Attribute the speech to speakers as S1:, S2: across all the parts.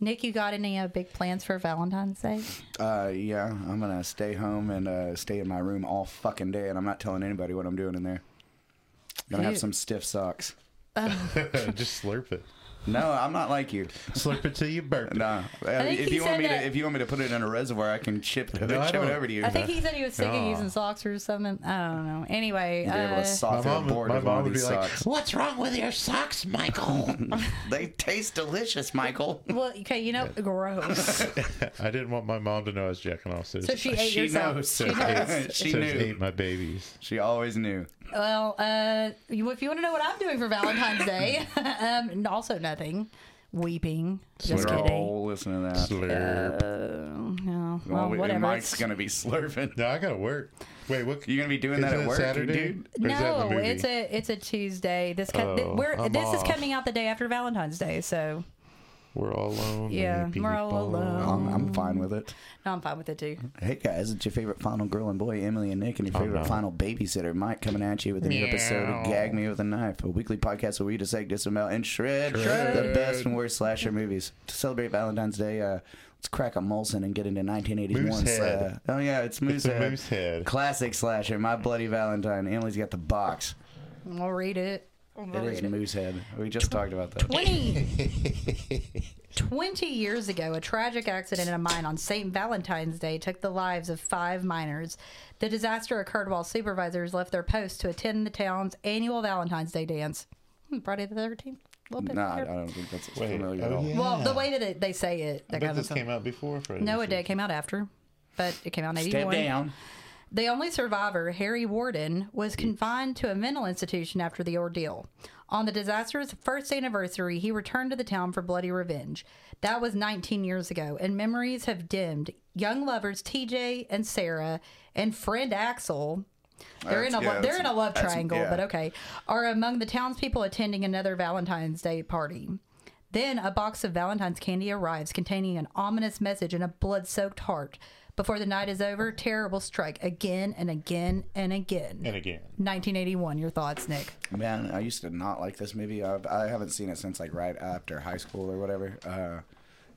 S1: Nick, you got any uh, big plans for Valentine's Day?
S2: Uh, yeah, I'm gonna stay home and uh, stay in my room all fucking day, and I'm not telling anybody what I'm doing in there. Gonna have
S1: Dude.
S2: some stiff socks.
S3: Just slurp it.
S2: No, I'm not like you.
S3: Slurp it till you burp. it.
S2: No, Uh,
S1: think
S2: if
S1: he
S2: you want
S1: said
S2: me
S1: that-
S2: to, if you want me to put it in a reservoir, I can chip, it-
S3: No, I
S2: chip
S3: don't-
S2: it over to you.
S1: I think he said he was sick of
S3: Oh.
S1: using socks or something. I don't know. Anyway,
S2: You'd be able
S1: uh,
S2: to
S3: My
S2: soften
S3: mom,
S2: a board
S3: my
S2: with one
S3: mom
S2: of
S3: would be
S2: these
S3: like,
S2: socks.
S3: "What's wrong with your socks, Michael?"
S2: they taste delicious, Michael.
S1: well, okay, you know, gross.
S3: I didn't want my mom to know I was jacking off. So,
S1: So she ate
S2: She
S1: your sock.
S2: knows.
S1: She knows.
S2: she
S3: so
S2: knew.
S3: ate my babies.
S2: She always knew.
S1: Well, uh, you- if you want to know what I'm doing for Valentine's Day, um, and also nothing, weeping. Just
S3: Slurp.
S1: kidding. Oh,
S2: Oh, listen to that.
S3: Slurp.
S1: No,
S2: Well,
S1: well,
S2: we-
S1: whatever.
S2: Mike's
S1: It's-
S2: gonna be slurping.
S3: no, I gotta work. Wait, what?
S2: You gonna be doing
S3: is
S2: that at
S3: it
S2: work,
S3: Saturday?
S2: dude?
S3: Or is that in the
S1: no,
S3: movie?
S1: it's a it's a Tuesday. This co- th-
S3: Oh,
S1: we're,
S3: I'm
S1: this is
S3: off.
S1: coming out the day after Valentine's Day, so
S3: We're all alone.
S1: Yeah, we're all alone.
S2: Um, I'm fine with it.
S1: no, I'm fine with it too.
S2: Hey guys, it's your favorite final girl and boy, Emily and Nick, and your favorite
S3: Oh, no.
S2: final babysitter, Mike, coming at you with a new episode of Gag Me with a Knife, a weekly podcast where we dissect, disembowel, and shred, the best and worst slasher movies. To celebrate Valentine's Day, uh, let's crack a Molson and get into 1981. 's,
S3: Moosehead.
S2: Uh, oh, yeah, it's
S3: It's a
S2: Moosehead.
S3: Moosehead.
S2: Classic slasher, My Bloody Valentine. Emily's got the box.
S1: We'll read it.
S2: It
S1: We'll
S2: is
S1: read it.
S2: Moosehead. We just talked about that.
S1: 20, 20 years ago, a tragic accident in a mine on St. Valentine's Day took the lives of five miners. The disaster occurred while supervisors left their posts to attend the town's annual Valentine's Day dance. Hmm, Friday the 13th. A little bit
S2: Nah, I
S1: there.
S2: I don't think that's
S3: Wait,
S2: familiar at
S3: oh,
S2: all.
S3: yeah.
S1: Well, the way that it, they say it, that
S3: I bet
S1: kind of
S3: this
S1: stuff.
S3: came out before Friday.
S1: No,
S3: the
S1: it did. It came out after, but it came out in 81.
S2: Step down.
S1: The only survivor, Harry Warden, was confined to a mental institution after the ordeal. On the disaster's first anniversary, he returned to the town for bloody revenge. That was 19 years ago, and memories have dimmed. Young lovers TJ and Sarah and friend Axel. They're in a
S2: That's-
S1: lo-
S2: yeah,
S1: they're in a
S2: that's-
S1: love
S2: that's-
S1: triangle,
S2: yeah.
S1: but okay. Are among the townspeople attending another Valentine's Day party. Then a box of Valentine's candy arrives containing an ominous message and a blood soaked heart. Before the night is over, terror will strike again and again and again.
S3: And again.
S1: 1981, your thoughts, Nick?
S2: Man, I used to not like this movie. I've, I haven't seen it since like right after high school or whatever. Uh,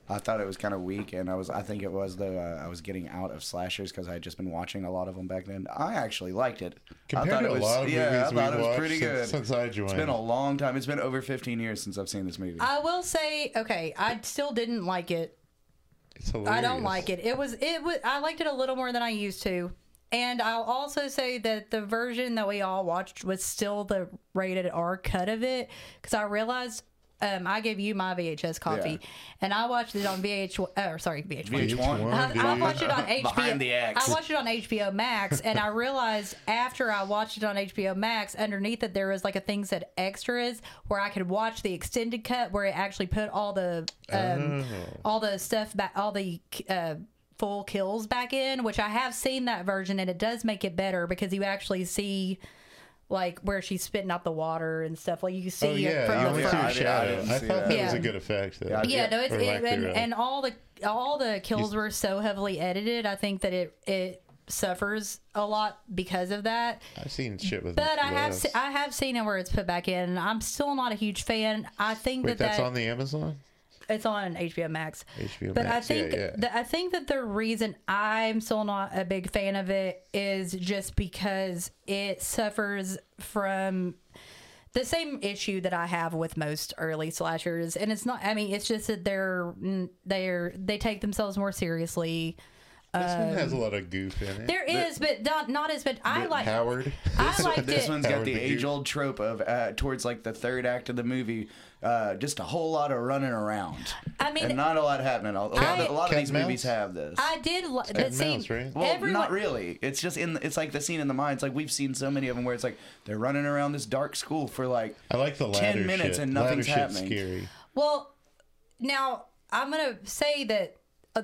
S2: I thought it was kind of weak, and I was I think it was though uh, I was getting out of slashers because I had just been watching a lot of them back then. I actually liked it. I
S3: Compared
S2: thought
S3: to
S2: it
S3: a
S2: was,
S3: lot of
S2: yeah,
S3: movies
S2: I thought
S3: we've
S2: it was
S3: watched
S2: pretty
S3: since-
S2: good.
S3: since I
S2: it's been
S3: joined.
S2: a long time. It's been over 15 years since I've seen this movie.
S1: I will say, okay, I still didn't like it.
S3: It's hilarious.
S1: I don't like it. It was it was I liked it a little more than I used to. And I'll also say that the version that we all watched was still the rated R cut of it because I realized um, I gave you my VHS copy,
S2: Yeah.
S1: and I watched it on VH. Oh, sorry, VH1.
S2: Which one?
S3: one?
S1: I, I
S3: dude.
S1: watched it on HBO.
S2: Behind the axe.
S1: I watched it on HBO Max, and I realized after I watched it on HBO Max, underneath it there was like a thing said extras where I could watch the extended cut where it actually put all the um,
S3: Oh.
S1: all the stuff back, all the. Uh, full kills back in which i have seen that version and it does make it better because you actually see like where she's spitting out the water and stuff like you see
S3: Oh,
S1: it from
S3: yeah. You
S1: the
S3: only
S1: front.
S3: see
S2: I
S3: a
S2: didn't- I
S3: shadow.
S2: didn't
S3: I
S2: see
S3: thought that
S2: that.
S3: was a
S1: Yeah.
S3: good effect, though.
S2: Yeah, I
S1: yeah, no, it's
S3: Or lack
S1: it, and,
S3: thereof.
S1: and all the all the kills were so heavily edited. I think that it it suffers a lot because of that.
S3: I've seen shit with
S1: But I have
S3: less.
S1: se- I have seen it where it's put back in. and I'm still not a huge fan. I think
S3: Wait,
S1: that,
S3: that's
S1: that
S3: on the Amazon?
S1: it's on HBO Max.
S3: HBO
S1: but
S3: Max,
S1: I think
S3: yeah, yeah.
S1: The, I think that the reason I'm still not a big fan of it is just because it suffers from the same issue that I have with most early slashers, and it's not. I mean, it's just that they're they're they take themselves more seriously.
S3: This one has a lot of goof in it.
S1: Um, There is, but not not as. But I like.
S3: Howard.
S1: I liked
S2: this
S1: it.
S2: one's got
S3: Howard
S2: the
S3: the Duke.
S2: age-old trope of uh, towards like the third act of the movie, uh, just a whole lot of running around.
S1: I mean-
S2: and not a lot happening. A lot,
S1: I-
S2: a lot of
S3: Cat
S2: these
S3: and
S2: movies
S3: mouse?
S2: have this.
S1: I did. Li-
S3: Cat
S1: the
S3: and
S1: scene,
S3: mouse, right?
S2: Well,
S1: everyone,
S2: not really. It's just in. It's like the scene in the mine. It's like we've seen so many of them where it's like they're running around this dark school for like
S3: I like the ladder
S2: ten minutes
S3: shit.
S2: and nothing's
S3: ladder shit's
S2: happening.
S3: scary.
S1: Well, now I'm gonna say that uh,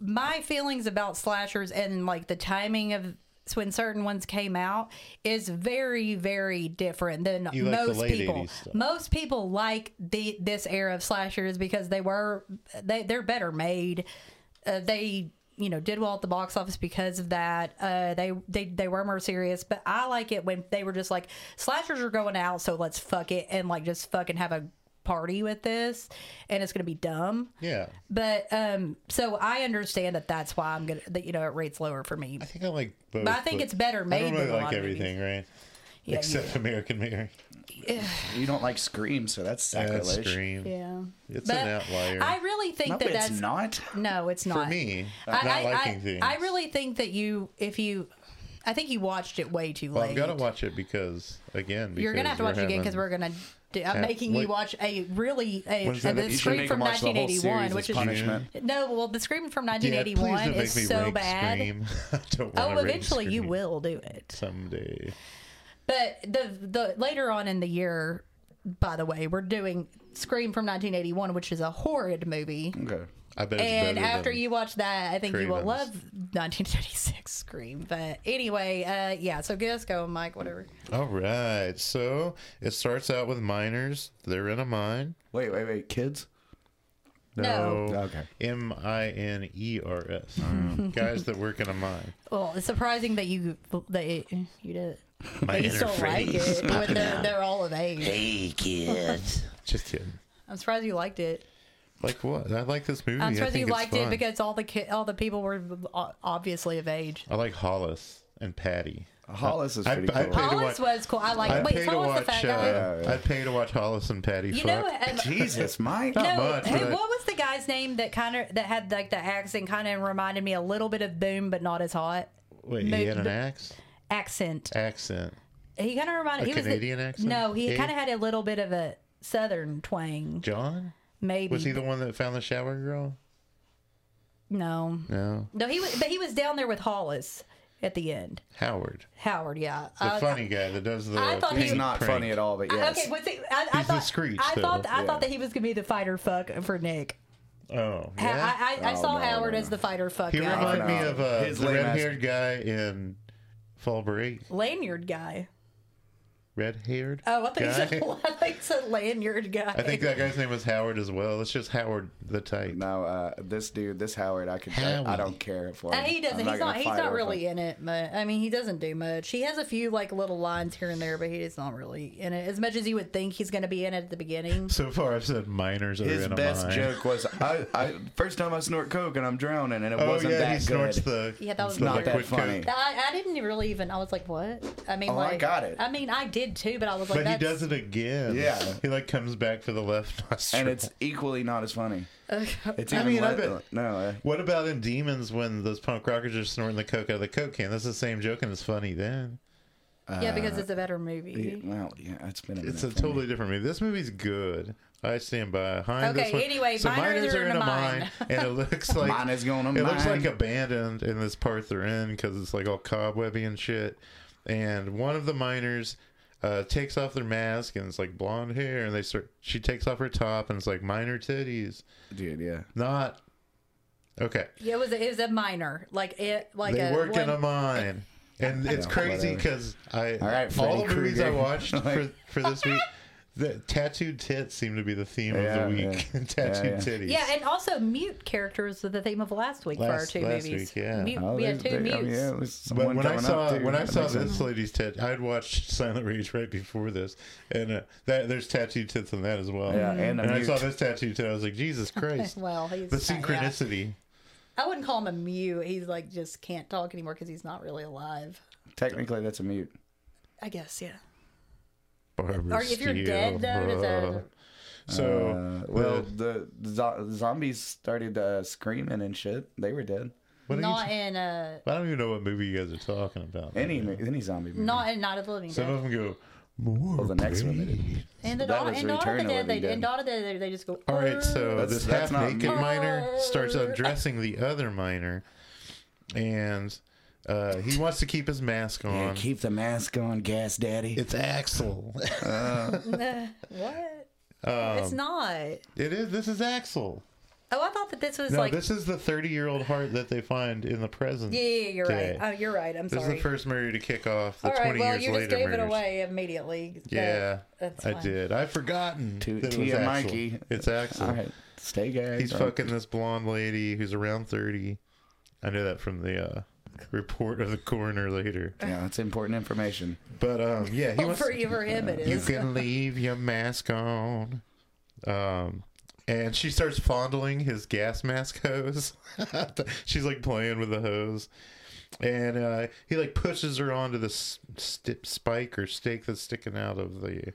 S1: my feelings about slashers and like the timing of when certain ones came out is very very different than
S3: You like the
S1: most
S3: late
S1: people
S3: 80s stuff.
S1: most people like the this era of slashers because they were they they're better made uh, they you know did well at the box office because of that. Uh, they they they were more serious, but I like it when they were just like slashers are going out, so let's fuck it and like just fucking have a party with this, and it's gonna be dumb.
S3: Yeah.
S1: But um, so I understand that that's why I'm gonna that you know it rates lower for me.
S3: I think I like both.
S1: But I think it's better
S3: I
S1: made
S3: don't really
S1: than a
S3: like
S1: lot of
S3: everything, right?
S1: Yeah,
S3: Except American Mary.
S2: You don't like Scream, so that's
S3: That's
S2: sacrilege.
S3: Scream.
S1: Yeah,
S3: It's
S1: but
S3: an outlier.
S1: I really think
S2: No,
S1: that
S2: it's
S1: that's
S2: not.
S1: no, it's not
S3: for me,
S1: I,
S3: not
S1: I,
S3: liking
S1: I,
S3: things.
S1: I really think that you, if you, I think you watched it way too
S3: Well,
S1: late.
S3: I've got to watch it because again, because
S1: You're gonna have to watch it again because
S3: having-
S1: we're gonna. Do, I'm
S3: Yeah,
S1: making
S3: what-
S1: you watch a really a,
S3: What is that?
S1: the
S3: You should
S1: scream
S2: make
S1: from
S2: them watch the whole
S1: 1981,
S2: series
S1: which
S2: as
S1: is
S2: punishment.
S1: no, well, the scream from
S3: Yeah, please don't
S1: 1981
S3: make
S1: is
S3: me
S1: so
S3: rank
S1: bad.
S3: Scream. I don't
S1: Oh,
S3: wanna rank
S1: eventually you
S3: Scream
S1: will do it.
S3: someday.
S1: But the the later on in the year, by the way, we're doing Scream from 1981, which is a horrid movie.
S2: Okay.
S3: I bet. It's
S1: and
S3: better
S1: after
S3: than,
S1: you watch that, I think you will
S3: Cravens.
S1: love 1996 Scream. But anyway, uh, yeah. So get us going, Mike. Whatever.
S3: all right, so it starts out with miners. They're in a mine. Oh.
S2: Wait, wait, wait. Kids?
S1: No.
S2: Okay. Oh,
S3: M I N E R S. Guys that work in a mine.
S1: Well, it's surprising that you that you, you did it.
S3: My
S1: You still like it when they're, they're all of age.
S2: Hey, kids.
S3: Just kidding.
S1: I'm surprised you liked it.
S3: Like what? I like this movie.
S1: I'm
S3: I
S1: surprised
S3: think
S1: you
S3: it's
S1: liked
S3: fun.
S1: it because all the ki- all the people were o- obviously of age.
S3: I like Hollis and Patty.
S2: Hollis is
S3: I-
S2: pretty
S3: I-
S2: cool.
S3: Pay to
S1: Hollis
S3: watch-
S1: was cool. I like.
S3: I'd
S1: Wait,
S3: pay to
S1: Hollis the
S3: watch.
S1: fat
S3: uh,
S1: guy.
S2: guy?
S3: I'd pay to watch Hollis and Patty.
S1: You
S3: fuck.
S1: know, um,
S2: Jesus, Mike.
S1: no,
S3: much,
S1: hey,
S3: but-
S1: what was the guy's name that kind of that had like the accent kind of reminded me a little bit of Boom, but not as hot
S3: Wait, he had an
S1: the-
S3: axe
S1: accent.
S3: accent.
S1: He kind of reminded
S3: A
S1: he was the-
S3: Canadian accent?
S1: No, he
S3: Yeah.
S1: kind of had a little bit of a southern twang.
S3: John
S1: Maybe
S3: was he the one that found the shower girl?
S1: no,
S3: No,
S1: no. He was, but he was down there with Hollis at the end.
S3: Howard,
S1: Howard, yeah.
S3: the
S1: Uh,
S3: funny guy that does the.
S1: I thought he-
S2: He's not funny at all, but
S1: I,
S2: yes.
S1: okay, was he, I, I
S3: He's the
S1: thought
S3: Screech,
S1: I
S3: though.
S1: thought I
S2: Yeah.
S1: thought that he was gonna be the fighter fuck for Nick.
S3: Oh,
S1: Ha-
S3: yeah.
S1: I, I, I
S2: Oh,
S1: saw
S2: no,
S1: Howard
S2: no.
S1: as the fighter fuck
S3: he
S1: guy,
S3: reminded me
S2: no.
S3: of uh,
S2: His
S3: the
S2: lame ass-
S3: red-haired guy in Fulber Eight.
S1: lanyard guy.
S3: Red-haired.
S1: Oh, I think
S3: guy.
S1: he's a, I think it's a lanyard guy.
S3: I think that guy's name was Howard as well. It's just Howard the type.
S2: No, uh, this dude, this Howard, I could. I, I
S3: Howie.
S2: don't care for
S1: Uh,
S2: him.
S1: he doesn't.
S2: I'm
S1: he's
S2: gonna
S1: not. He's
S2: fight
S1: not
S2: over
S1: really
S2: him.
S1: in it. But I mean, he doesn't do much. He has a few like little lines here and there, but he's not really in it as much as you would think he's going to be in it at the beginning.
S3: So far, I've said miners are
S2: His
S3: in a
S2: best
S3: mine.
S2: joke was, I, I first time I snort coke and I'm drowning, and it
S3: Oh
S2: wasn't
S3: yeah,
S2: that
S3: he snorts
S2: good.
S3: the.
S1: Yeah, that was
S3: the
S1: not that
S3: liquid coke.
S2: funny.
S1: I, I didn't really even. I was like, what? I mean,
S2: Oh, I
S1: like,
S2: got it.
S1: I mean, I did too, but I was like,
S3: But he
S1: that's,
S3: does it again.
S2: Yeah.
S3: he like comes back for the left nostril.
S2: and it's equally not as funny. It's
S3: I
S2: even
S3: mean, I
S2: le-
S3: bet-
S2: no. Uh,
S3: What about in Demons when those punk rockers are snorting the coke out of the coke can? That's the same joke, and it's funny then.
S1: yeah, because it's a better
S2: Uh, yeah,
S1: movie.
S2: well, yeah, it's been. A
S3: It's a
S2: minute for me.
S3: totally different movie. This movie's good. I stand by. Hein,
S1: Okay,
S3: this one-
S1: anyway, miners are in a mine.
S3: and it looks like
S2: Mine is going to
S3: it looks
S2: mine.
S3: like abandoned in this part they're in because it's like all cobwebby and shit. And one of the miners uh, takes off their mask and it's like blonde hair, and they start. She takes off her top and it's like miner titties,
S2: dude. Yeah.
S3: not okay.
S1: Yeah, it was. A, it was a minor, like it, like
S3: they
S1: a
S3: work in a
S1: one-
S3: mine. And it's crazy because I
S2: All right,
S3: all the
S2: Freddy
S3: movies I
S2: Krueger.
S3: watched for, for this week, the tattooed tits seem to be the theme
S2: Yeah,
S3: of the week.
S2: yeah.
S3: tattooed
S2: Yeah, yeah.
S3: titties.
S1: Yeah, and also mute characters was the theme of last week for our
S3: Last-
S1: two
S3: last
S1: movies.
S3: week, yeah.
S1: Mute-
S2: Oh,
S1: we had two
S2: there's- there-
S1: mutes.
S2: I mean, yeah, there's
S3: But
S2: someone
S3: when I
S2: coming
S3: saw
S2: up, too.
S3: when I
S2: That
S3: saw
S2: makes
S3: this
S2: sense.
S3: lady's tit, I'd watched Silent Rage right before this, and uh, that, there's tattooed tits in that as well.
S2: Yeah, and a
S3: I saw
S2: mute.
S3: this tattooed tit, I was like, Jesus Christ,
S1: Well, he's
S3: the
S1: uh, yeah.
S3: synchronicity.
S1: I wouldn't call him a mute. He's like just can't talk anymore because he's not really alive.
S2: Technically, that's a mute.
S1: I guess, yeah.
S3: Barbara
S1: Or if you're
S3: Steele.
S1: dead though, does that
S3: so
S2: Uh, well, the, the zo- zombies started uh, screaming and shit. They were dead.
S3: what are you
S1: not in uh
S3: I don't even know what movie you guys are talking about.
S2: Any mo- any zombie movie.
S1: not in Night of the Living
S3: Some
S1: Dead.
S3: of them go. More
S2: Oh, the next one they
S3: brains."
S1: And the
S2: that
S1: Dawn
S2: was
S1: and Dawn of
S2: Return
S1: the
S2: of
S1: Dead
S2: the
S1: they
S2: Living
S1: and
S2: Dead.
S1: Dawn of the Dead they just go
S3: All right, so
S2: That's-
S3: this
S2: that's not
S3: half-naked
S2: me.
S3: miner starts undressing the other miner, and uh, he wants to keep his mask
S2: Yeah,
S3: on.
S2: keep the mask on, gas daddy.
S3: It's Axel.
S1: What? it's
S3: um,
S1: not.
S3: it is. This is Axel.
S1: Oh, I thought that this was
S3: No,
S1: like
S3: this is the thirty-year-old heart that they find in the present.
S1: Yeah, yeah, yeah, you're
S3: day.
S1: right. Oh, you're right. I'm
S3: This
S1: sorry.
S3: is the first murder to kick off the
S1: All right,
S3: twenty
S1: well,
S3: years
S1: you just
S3: later
S1: gave it
S3: murders.
S1: away immediately. That-
S3: Yeah,
S1: that's
S3: I
S1: fine.
S3: did. I've forgotten
S2: To-
S3: that it
S2: to
S3: was
S2: you,
S3: Axel.
S2: Mikey.
S3: It's Axel.
S2: All right, stay guys.
S3: He's fucking this blonde lady who's around thirty. I knew that from the uh, report of the coroner later.
S2: Yeah, that's important information.
S3: But um, yeah, he
S1: Well,
S3: wants
S1: Oh, for you, for him, it
S3: you
S1: is.
S3: can leave your mask on. Um, and she starts fondling his gas mask hose. She's like playing with the hose. And uh, he like pushes her onto the s- sti spike or stake that's sticking out of the,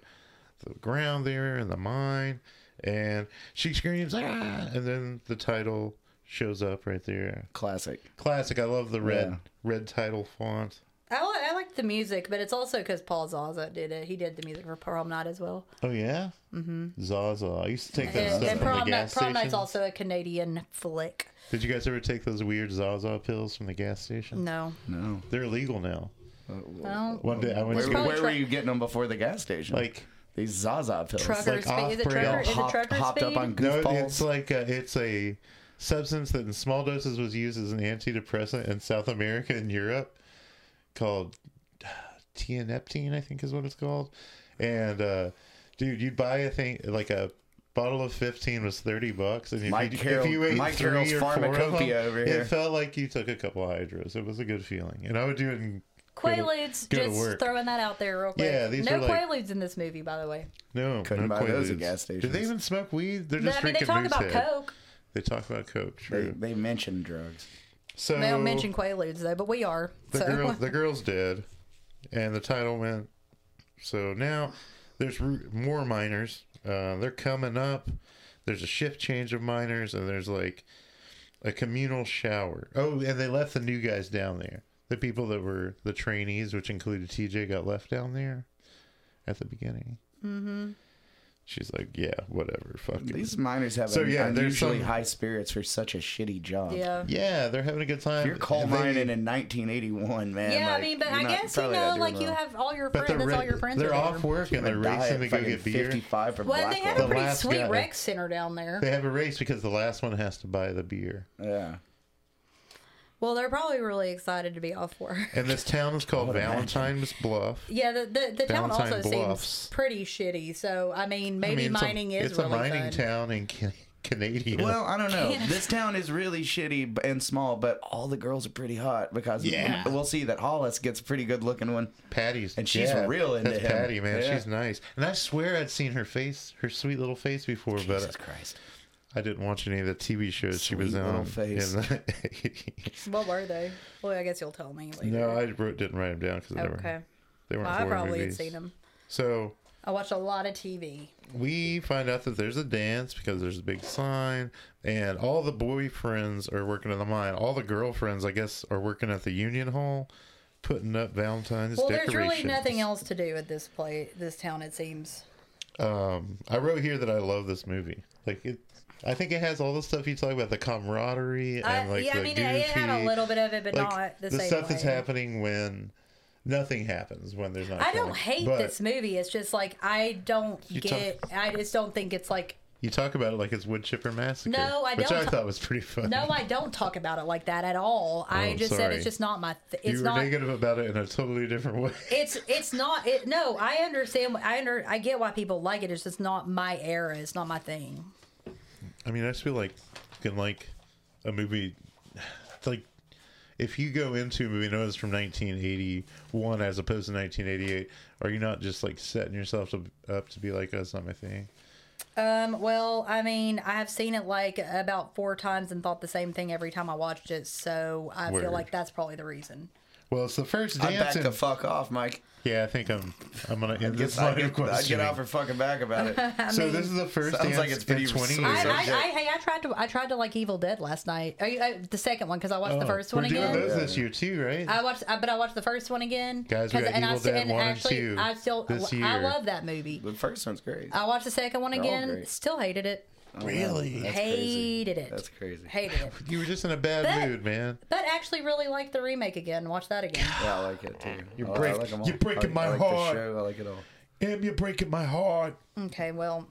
S3: the ground there in the mine. And she screams, ah! And then the title shows up right there.
S2: Classic.
S3: Classic. I love the red
S2: Yeah.
S3: red title font.
S1: I, li- I like the music, but it's also because Paul Zaza did it. He did the music for Prom Night as well.
S3: Oh yeah, mm-hmm. Zaza. I used to take that
S1: And,
S3: stuff
S1: and
S3: from
S1: Prom, Night,
S3: the gas
S1: Prom Night's
S3: station.
S1: also a Canadian flick.
S3: Did you guys ever take those weird Zaza pills from the gas station?
S1: No.
S2: No. Uh,
S3: They're illegal now.
S1: Well,
S3: One day I went
S2: Where,
S3: to
S1: probably
S2: where
S1: tra-
S2: were you getting them before the gas station?
S3: like
S2: these Zaza pills.
S1: trucker
S3: like
S1: speed. Is it
S3: off-brand
S1: trucker, is it
S2: Hopped-
S1: trucker
S2: hopped
S1: speed?
S2: up on
S3: no,
S2: goofballs.
S3: it's like a, it's a substance that in small doses was used as an antidepressant in South America and Europe called uh, tianeptine, I think is what it's called. And uh, dude, you'd buy a thing like a bottle of 15 was 30 bucks and if,
S2: Mike
S3: you,
S2: Carroll-
S3: if you ate
S2: Mike
S3: three
S2: Carroll's
S3: or four of them,
S2: pharmacopoeia over here.
S3: it felt like you took a couple of hydros it was a good feeling and i would do it in go to-
S1: Quaaludes,
S3: go to
S1: just
S3: work.
S1: throwing that out there real quick.
S3: Yeah, these
S1: no
S3: were like-
S1: Quaaludes in this movie, by the way.
S3: No,
S2: Couldn't
S3: no
S2: buy those at
S3: Quaaludes.
S2: gas
S3: Do they
S2: stations.
S3: even smoke weed? They're
S1: But,
S3: just
S1: I mean, they
S3: drinking
S1: talk about
S3: Moosehead.
S1: Coke.
S3: They talk about coke.
S2: They,
S3: True.
S2: they mentioned drugs.
S3: so
S1: They don't mention Quaaludes though, but we are.
S3: the
S1: so
S3: girl, the girl's dead, and the title went. So now there's ru- more miners. Uh, they're coming up. There's a shift change of miners, and there's like a communal shower. Oh, and they left the new guys down there. The people that were the trainees, which included TJ, got left down there at the beginning. Mm-hmm. She's like, yeah, whatever, fuck it."
S2: These miners have
S3: So,
S2: un-
S3: yeah, there's
S2: unusually
S3: some-
S2: high spirits for such a shitty job.
S1: yeah.
S3: Yeah, they're having a good time.
S2: If you're coal
S3: They-
S2: mining in 1981, man.
S1: Yeah,
S2: like,
S1: I mean, but
S2: you're
S1: I
S2: not-
S1: guess you
S2: probably not
S1: know,
S2: doing
S1: like you
S2: well.
S1: have all your
S3: But
S1: friends.
S3: they're,
S1: That's
S3: ra-
S1: all your friends.
S3: they're
S1: are
S3: off
S1: there.
S3: work and they're
S2: Die
S3: racing to
S2: at
S3: go
S2: fucking
S3: get beer.
S2: 55 from
S1: Well, they had a
S2: Blackwell.
S3: The
S1: pretty
S3: last
S1: sweet
S3: guy-
S1: rec center down there.
S3: They have a race because the last one has to buy the beer.
S2: Yeah.
S1: Well, they're probably really excited to be off work.
S3: And this town is called
S2: would imagine.
S3: Valentine's Bluff.
S1: Yeah, the the, the town
S3: Valentine
S1: also
S3: Bluffs.
S1: seems pretty shitty. So I mean,
S3: I
S1: maybe
S3: mean, it's a-
S1: mining is
S3: It's
S1: really
S3: a mining
S1: fun.
S3: town in Can- Canada.
S2: Well, I don't know.
S1: Yeah.
S2: This town is really shitty b- and small, but all the girls are pretty hot because
S3: Yeah.
S2: we'll see that Hollis gets a pretty good looking one.
S3: Patty's
S2: and she's
S3: yeah,
S2: real into
S3: that's
S2: him.
S3: Patty, man,
S2: Yeah.
S3: she's nice. And I swear I'd seen her face, her sweet little face before,
S2: Jesus
S3: but
S2: Christ.
S3: I didn't watch any of the TV shows she was
S2: Sweet little
S3: on.
S2: face.
S3: in the-
S1: What were they? Well, I guess you'll tell me later.
S3: no, I wrote, didn't write them down because they
S1: okay.
S3: were they weren't
S1: Well, I
S3: horror
S1: probably
S3: movies.
S1: had seen them.
S3: So
S1: I watch a lot of TV.
S3: we find out that there's a dance because there's a big sign and all the boyfriends are working in the mine all the girlfriends i guess are working at the union hall putting up valentine's
S1: Well, there's
S3: decorations
S1: really nothing else to do at this play, this town. It seems.
S3: um i wrote here that i love this movie like it i think it has all the stuff you talk about the camaraderie
S1: I,
S3: and like
S1: yeah,
S3: the
S1: I mean,
S3: goofy,
S1: it had a little bit of it, but
S3: like,
S1: not the,
S3: the
S1: same
S3: stuff
S1: way.
S3: that's happening when nothing happens when there's not
S1: I don't
S3: fun.
S1: hate
S3: But
S1: this movie. It's just like I don't
S3: You
S1: get. I just don't think it's like.
S3: you talk about it like it's wood chipper massacre
S1: No, I
S3: which
S1: don't
S3: i
S1: ta-
S3: thought was pretty funny
S1: No, I don't talk about it like that at all. I
S3: Oh,
S1: just said
S3: sorry.
S1: it's just not my. Th-
S3: you
S1: it's
S3: were
S1: not.
S3: negative about it in a totally different way
S1: It's it's not. It, no, I understand. I under. I get why people like it. It's just not my era. It's not my thing.
S3: I mean, I just feel like you can like a movie it's like if you go into a movie and know it's from 1981 as opposed to 1988, are you not just like setting yourself to, up to be like, oh, that's not my thing?
S1: Um, well, I mean, I have seen it like about four times and thought the same thing every time I watched it, so I
S3: Word.
S1: feel like that's probably the reason.
S3: Well, it's the first
S2: I back
S3: dance.
S2: the
S3: in-
S2: fuck off, Mike.
S3: yeah, I think I'm. I'm gonna end
S2: Guess
S3: this
S2: I
S3: line
S2: get,
S3: of
S2: I get
S3: questioning.
S2: off her fucking back about it.
S3: so this is the first
S2: sounds
S3: dance
S2: like it's pretty
S3: in 20
S2: sweet.
S3: years.
S1: I,
S2: subject.
S1: I, I, hey, I tried to, I tried to like Evil Dead last night. I, I, the second one because I watched the
S3: Oh,
S1: first
S3: we're
S1: one
S3: doing
S1: again. Uh,
S3: those this year too, right?
S1: I watched, I, but I watched the first one again.
S3: Guys, we
S1: 'cause-
S3: got Evil
S1: st-
S3: Dead 1 and
S1: actually,
S3: 2
S1: I still,
S3: this
S1: I
S3: year.
S1: love that movie.
S2: The first one's great.
S1: I watched the second one
S2: all
S1: again.
S2: great.
S1: Still hated it.
S3: really?
S2: That's crazy.
S1: hated it.
S2: That's crazy.
S1: Hated it.
S3: You were just in a bad
S1: But-
S3: mood, man.
S1: But actually, really liked the remake again. Watch that again.
S2: Yeah, I like it too. Oh,
S3: You're
S2: I like-
S3: break-
S2: I like 'em all.
S3: you're breaking
S2: I
S3: my
S2: like, I like
S3: heart.
S2: The show. I like it all.
S3: Em, you're breaking my heart.
S1: Okay, well,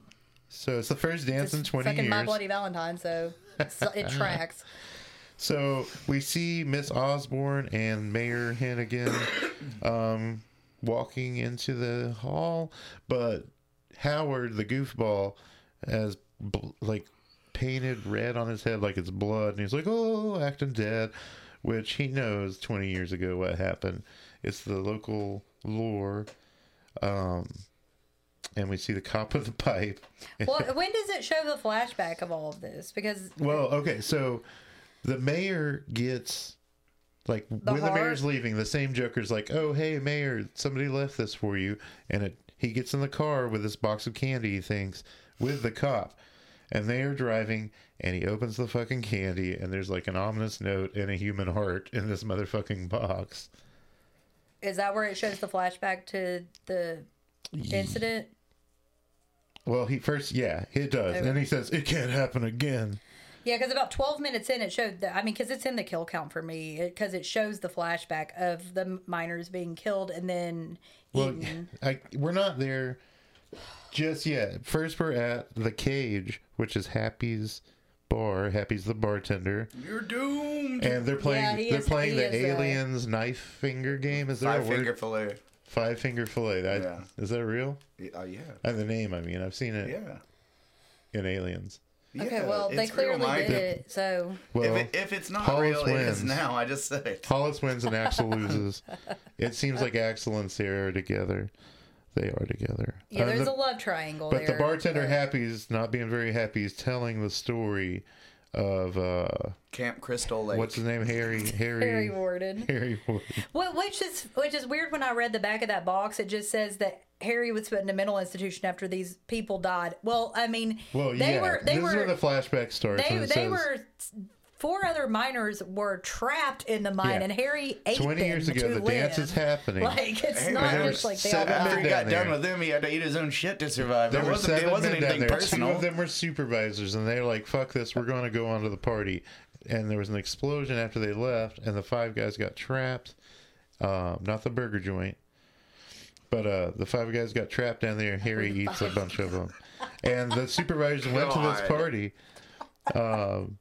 S3: So it's the first dance in
S1: it's
S3: 20
S1: fucking
S3: years.
S1: My Bloody Valentine, so it's- it tracks.
S3: So we see Miss Osborne and Mayor Hannigan um, walking into the hall, but Howard, the goofball, has bl- like painted red on his head like it's blood, and he's like, "Oh, acting dead." which he knows 20 years ago what happened. It's the local lore. Um, and we see the cop with the pipe.
S1: Well, when does it show the flashback of all of this? Because
S3: Well, okay, so the mayor gets like when the
S1: heart?
S3: mayor's leaving, the same Joker's like, "Oh, hey, mayor, somebody left this for you," and it, he gets in the car with this box of candy. He thinks with the cop, and they are driving, and he opens the fucking candy, and there's like an ominous note and a human heart in this motherfucking box.
S1: is that where it shows the flashback to the incident?
S3: Well, he first, yeah, it does, and he says, "It can't happen again."
S1: Yeah, because about 12 minutes in, it showed the, I mean, because it's in the kill count for me, because it, shows the flashback of the miners being killed and then
S3: Well,
S1: eaten.
S3: I, we're not there just yet. First, we're at the cage, which is Happy's bar. Happy's the bartender,
S2: You're doomed.
S3: and they're playing.
S1: he
S3: they're
S1: is-
S3: playing
S1: he
S3: the
S1: is, uh,
S3: aliens knife finger game. Is there
S2: Five
S3: a word?
S2: finger fillet.
S3: Five finger fillet. I,
S2: Yeah.
S3: Is that real?
S2: Oh yeah.
S3: Uh, the name. I mean, I've seen it
S2: Yeah.
S3: in Aliens.
S1: okay, well, they clearly did it, so.
S3: Well,
S2: If, it, if it's not
S3: Hollis
S2: real, it is
S3: wins.
S2: now. I just said it.
S3: Hollis wins and Axel loses. It seems like Axel and Sarah are together. They are together.
S1: Yeah,
S3: Uh,
S1: there's a
S3: the-
S1: love triangle
S3: But
S1: there.
S3: the bartender Happy's not being very happy. He's telling the story of uh,
S2: Camp Crystal Lake.
S3: what's his name, Harry. Harry.
S1: Very warded.
S3: Harry Ward.
S1: Wh- Which is which is weird. When I read the back of that box, it just says that Harry was put in a mental institution after these people died. Well, I mean,
S3: Well,
S1: they
S3: yeah.
S1: were they
S3: this is
S1: were
S3: where the flashback starts.
S1: they
S3: and
S1: they
S3: it says,
S1: were four other miners were trapped in the mine,
S3: Yeah.
S1: and Harry ate
S3: Twenty
S1: them
S3: years ago,
S1: to
S3: the
S1: live.
S3: dance is happening.
S1: Like it's
S2: Hey,
S1: not
S2: they were
S1: just like they all
S3: set up
S2: After
S1: died.
S2: he got
S3: down
S2: done
S3: there.
S2: with them, he had to eat his own shit to survive.
S3: there
S2: it
S3: were
S2: wasn't,
S3: seven
S2: it wasn't
S3: men down
S2: anything
S3: there. Two
S2: personal.
S3: of them were supervisors, and they were like, "Fuck this, we're going to go on to the party." And there was an explosion after they left, and the five guys got trapped. Um, not the burger joint, but uh, the five guys got trapped down there. and Harry eats a bunch of them, and the supervisors went to this
S2: God.
S3: party. Um,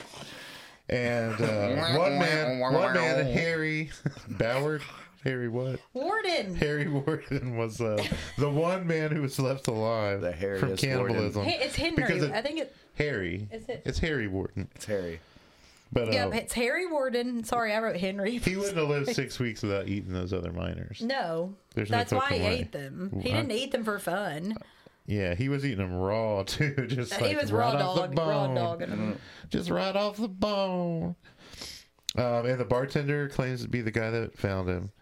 S3: and uh, one man, one man, Harry Boward, Harry what?
S1: Warden.
S3: Harry Warden was uh, the one man who was left alive
S2: The hairiest
S3: from
S2: Warden.
S3: cannibalism.
S1: Hey, it's Henry.
S3: Because it-
S1: I think it.
S3: Harry.
S1: Is it-
S3: It's Harry Warden.
S2: It's Harry.
S3: But uh,
S1: Yeah, it's Harry Warden. Sorry, I wrote Henry.
S3: he wouldn't have lived six weeks without eating those other miners.
S1: No,
S3: There's no
S1: that's why he
S3: fucking way.
S1: ate them. He
S3: What?
S1: didn't eat them for fun.
S3: Yeah, he was eating them raw too, just like
S1: he was
S3: right
S1: raw
S3: off
S1: dog,
S3: the bone,
S1: raw dog.
S3: just right off the bone. Um, and the bartender claims to be the guy that found him,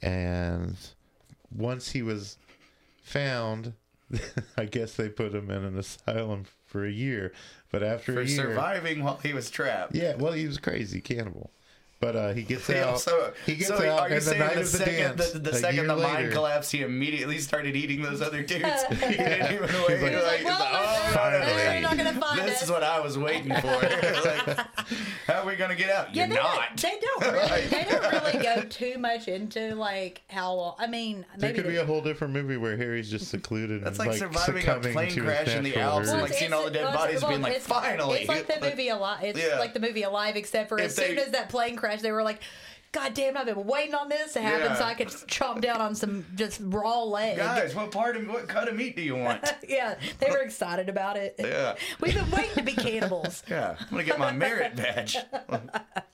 S3: and once he was found, I guess they put him in an asylum for a year. But after
S2: For
S3: a year,
S2: surviving while he was trapped.
S3: Yeah, well, he was crazy cannibal. But uh, he gets
S2: Yeah,
S3: out.
S2: so,
S3: he gets
S2: so
S3: out,
S2: are you
S3: and the
S2: saying
S3: night
S2: the,
S3: of the
S2: second
S3: dance,
S2: the,
S3: a
S2: the second
S3: year
S2: the mine
S3: later-
S2: collapsed, he immediately started eating those other dudes? he didn't even wait.
S3: like,
S2: He's like,
S1: "Well,
S2: oh,
S1: we're
S2: finally,
S1: not gonna find
S2: this
S1: us."
S2: is what I was waiting for. like, how are we gonna get out?
S1: Yeah,
S2: You're
S1: they
S2: not.
S1: Don't, they don't really, they don't really go too much into like how long. I mean,
S3: There
S1: maybe
S3: could
S1: they-
S3: be a whole different movie where Harry's just secluded
S2: That's like
S3: and like,
S2: surviving a
S3: succumbing
S2: plane
S3: to
S2: crash
S3: his
S2: in the
S3: natural
S2: Alps and,
S3: urges.
S2: like, seeing all the dead bodies being like,
S1: it's-
S2: "Finally!"
S1: It's like the
S2: Like-
S1: movie a lot. It's
S2: Yeah.
S1: like the movie Alive, except for as
S2: If
S1: soon
S2: they-
S1: as that plane crashed, they were like, "God damn, I've been waiting on this to happen
S2: Yeah.
S1: so I could chomp down on some just raw leg."
S2: Guys, what part of what cut of meat do you want?
S1: Yeah, they were excited about it.
S2: Yeah.
S1: We've been waiting to be cannibals.
S2: yeah, I'm gonna get my merit badge.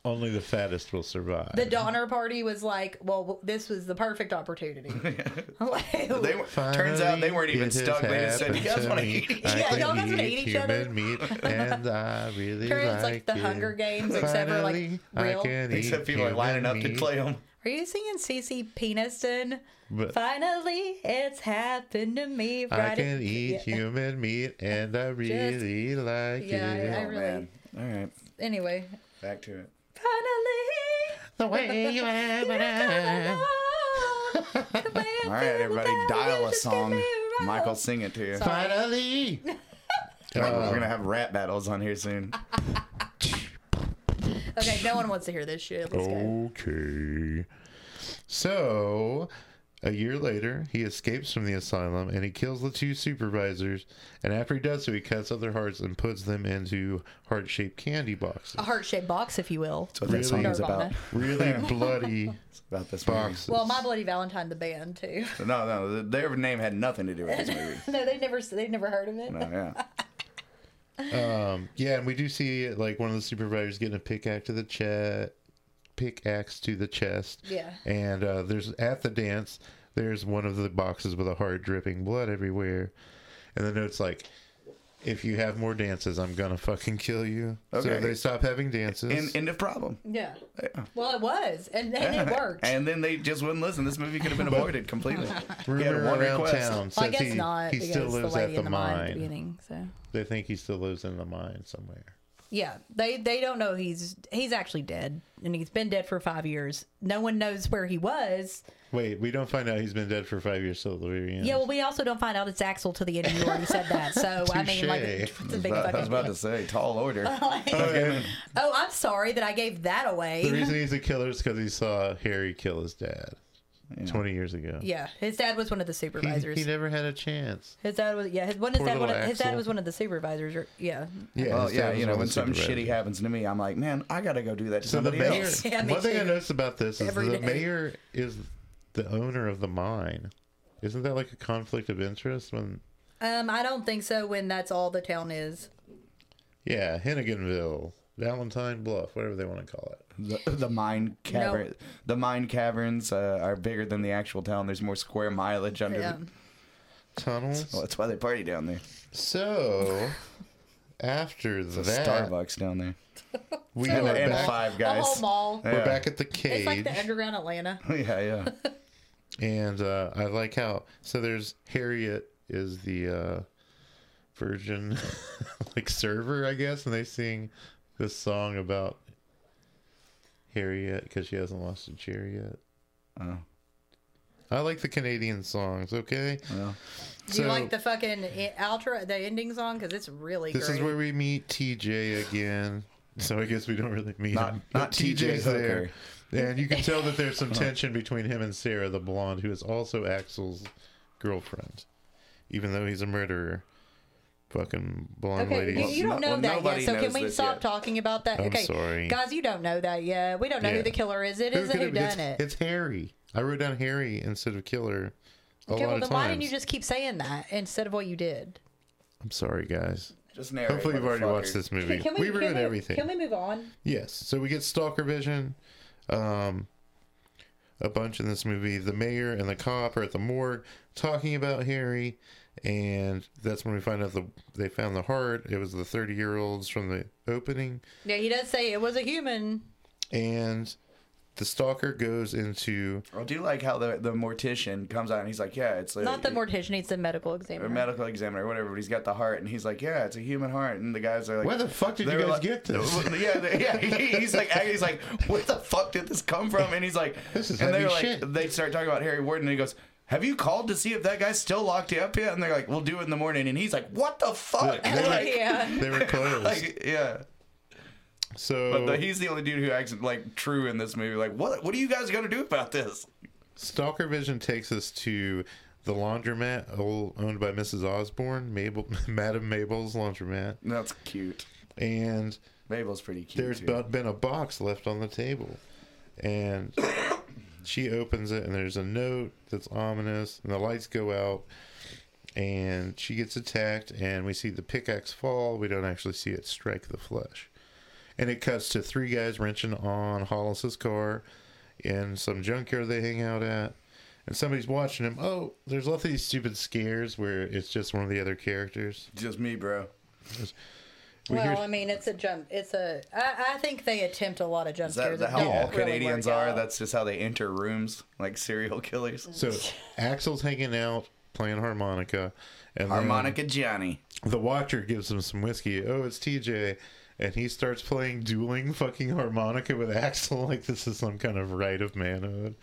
S3: Only the fattest will survive.
S1: The Donner Party was like, well, this was the perfect opportunity. Like,
S2: They, were- turns out they weren't even
S3: It has
S2: stuck. They just said,
S3: happened
S2: "You guys
S3: to
S2: want to
S3: me.
S2: eat?" each
S3: I
S1: Yeah,
S3: can
S1: y'all guys wanna eat each other?
S3: human meat, and I really
S1: Sure,
S3: like,
S1: it's like the
S3: it.
S1: Hunger Games, except for, like,
S3: Finally,
S1: real.
S3: I can eat
S2: Except people are
S3: human
S2: lining up to
S3: meat.
S2: play them.
S1: Are you singing CC Peniston?
S3: But-
S1: Finally, it's happened to me.
S3: I
S1: Right
S3: can eat human meat, and I really like
S1: yeah,
S3: it.
S1: I- I really-
S2: Oh, All right,
S1: Anyway,
S2: back to it.
S1: finally.
S3: The way you are.
S2: All right, everybody, dial a song. Michael, sing it to you. Uh,
S3: Finally.
S2: We're gonna have rap battles on here soon.
S1: Okay, no one wants to hear this shit. Let's
S3: Oh.
S1: go.
S3: Okay. So, a year later, he escapes from the asylum and he kills the two supervisors. And after he does so, he cuts out their hearts and puts them into heart shaped candy boxes.
S1: A heart shaped box, if you will.
S2: That's what that song is about.
S1: Nirvana.
S3: Really bloody
S2: About this
S3: boxes.
S1: Well, My Bloody Valentine, the band, too.
S2: movie. No, no, th- their name had nothing to do with this movie.
S1: no, they never they never heard of it.
S2: No, yeah.
S3: Um, yeah, and we do see like one of the supervisors getting a pickaxe to the chest, pickaxe to the chest.
S1: Yeah.
S3: And uh, there's at the dance, there's one of the boxes with a heart dripping blood everywhere, and the note's like, "If you have more dances, I'm gonna fucking kill you." So
S2: Okay.
S3: they stop having dances.
S2: And end of problem.
S1: Yeah. Well, it was, and, and it worked.
S2: And then they just wouldn't listen. This movie could have been avoided completely. He had
S3: Rumor
S2: one
S3: around
S2: request.
S3: town
S1: well, I
S3: says
S1: guess
S3: he,
S1: not.
S3: he
S1: because
S3: still lives
S1: the lady
S3: at the
S1: in the mine at the
S3: mine.
S1: beginning. So
S3: They think he still lives in the mine somewhere.
S1: yeah, they they don't know he's he's actually dead, and he's been dead for five years. No one knows where he was.
S3: Wait, we don't find out he's been dead for five years till the very end.
S1: Yeah, well, we also don't find out it's Axel to the end. You already said that, so I mean, like,
S3: Touche.
S1: it's a big
S2: I was
S1: fucking. Uh-huh.
S2: about to say, tall order.
S1: Oh, I'm sorry that I gave that
S3: the
S1: away.
S3: reason he's a killer is because he saw Harry kill his dad twenty years ago.
S1: Yeah, his dad was one of the
S3: He,
S1: supervisors.
S3: he never had a chance.
S1: his dad was yeah. His, when his
S3: Poor
S1: dad one
S3: little
S1: of, his dad
S3: Axel.
S1: was one of the supervisors. Or, yeah,
S3: Yeah,
S2: Well,
S3: his
S2: yeah,
S3: dad was
S2: you know,
S3: one
S2: when
S3: of the
S2: something
S3: supervisors.
S2: shitty happens to me, I'm like, man, I gotta go do that to
S3: So the
S2: somebody
S3: mayor.
S2: else.
S1: Yeah, me
S3: one thing I
S1: too.
S3: noticed about this is
S1: Every
S3: the
S1: day.
S3: mayor is the owner of the mine. Isn't that like a conflict of interest? When
S1: um, I don't think so. When that's all the town is.
S3: yeah, Henniganville, Valentine Bluff, whatever they want to call it.
S2: The, the mine cavern, the mine caverns uh, are bigger than the actual town. There's more square mileage under.
S1: Yeah.
S2: The, well,
S3: Tunnels.
S2: that's why they party down there.
S3: So after that,
S2: Starbucks down there.
S3: we
S2: And,
S3: are
S2: and
S3: back.
S2: five
S1: The
S2: guys.
S1: whole mall.
S2: Yeah.
S3: We're back at the cage.
S1: It's like the underground Atlanta.
S2: yeah, yeah.
S3: and uh, I like how so there's Harriet is the uh, virgin like server I guess and they sing this song about Harriet because she hasn't lost a chair yet.
S2: Oh,
S3: I like the Canadian songs. Okay,
S2: well.
S1: Do
S3: So-
S1: you like the fucking i- outro, the ending song? Because it's really
S3: this
S1: great.
S3: is where we meet TJ again. So I guess we don't really meet
S2: Not-
S3: him.
S2: not TJ Hooker.
S3: there, and you can tell that there's some tension between him and Sarah, the blonde, who is also Axel's girlfriend, even though he's a murderer. Fucking blonde
S1: Okay,
S3: lady.
S1: you, you don't
S2: Well,
S1: know that yet,
S2: nobody
S1: so can
S2: knows
S1: we
S2: this
S1: stop
S2: yet.
S1: talking about that?
S3: I'm
S1: okay,
S3: sorry.
S1: guys, you don't know that yet. We don't know
S3: Yeah.
S1: who the killer is. It
S3: Who
S1: is a
S3: could have- it's,
S1: whodunit.
S3: It's Harry. I wrote down Harry instead of killer. A
S1: Okay,
S3: lot
S1: well,
S3: of
S1: then
S3: times.
S1: why didn't you just keep saying that instead of what you did?
S3: I'm sorry, guys.
S2: Just narrate.
S3: Hopefully, you've already
S2: motherfucker.
S3: watched this movie.
S1: Can
S3: we ruined everything.
S1: Can we move on?
S3: Yes. So we get stalker vision, um, a bunch in this movie. The mayor and the cop are at the morgue talking about Harry, and that's when we find out the they found the heart. It was the thirty year olds from the opening,
S1: Yeah, he does say it was a human.
S3: and the stalker goes into
S2: I do like how the the mortician comes out and he's like, yeah, it's like,
S1: Not the mortician, it's the medical
S2: or
S1: examiner.
S2: medical examiner, or whatever. But he's got the heart, and he's like, "Yeah, it's a human heart." And the guys are like,
S3: Where the fuck did you
S2: they were
S3: guys
S2: like-
S3: get this?
S2: yeah, they- yeah. he- He's like, he's like, "Where the fuck did this come from?" And he's like,
S3: This is
S2: and they're
S3: heavy
S2: like,
S3: shit.
S2: they start talking about Harry Warden, and he goes. Have you called to see if that guy's still locked you up yet? And they're like, "We'll do it in the morning." And he's like, "What the fuck?"
S3: They were-
S2: like,
S1: yeah.
S3: they were closed.
S2: like, yeah.
S3: so
S2: But the- he's the only dude who acts like true in this movie. Like, what? What are you guys gonna do about this?
S3: Stalker Vision takes us to the laundromat o- owned by Mrs. Osborne, Mabel, Madam Mabel's laundromat,
S2: That's cute.
S3: and
S2: Mabel's pretty cute.
S3: there's
S2: too.
S3: bu- been a box left on the table, and she opens it, and there's a note that's ominous, and the lights go out, and she gets attacked, and we see the pickaxe fall. We don't actually see it strike the flesh, and it cuts to three guys wrenching on Hollis's car in some junkyard they hang out at. And somebody's watching him. Oh, there's lots of these stupid scares where it's just one of the other characters.
S2: just me, bro.
S3: We hear-
S1: Well, I mean, it's a jump. It's a. I, I think they attempt a lot of jump
S2: Is that,
S1: scares.
S2: that how
S1: don't
S2: all
S1: really work
S2: Canadians are?
S1: out.
S2: That's just how they enter rooms, like serial killers.
S3: So Axel's hanging out playing harmonica, and then
S2: Harmonica Johnny.
S3: the watcher gives him some whiskey. Oh, it's TJ, and he starts playing dueling fucking harmonica with Axel like this is some kind of rite of manhood.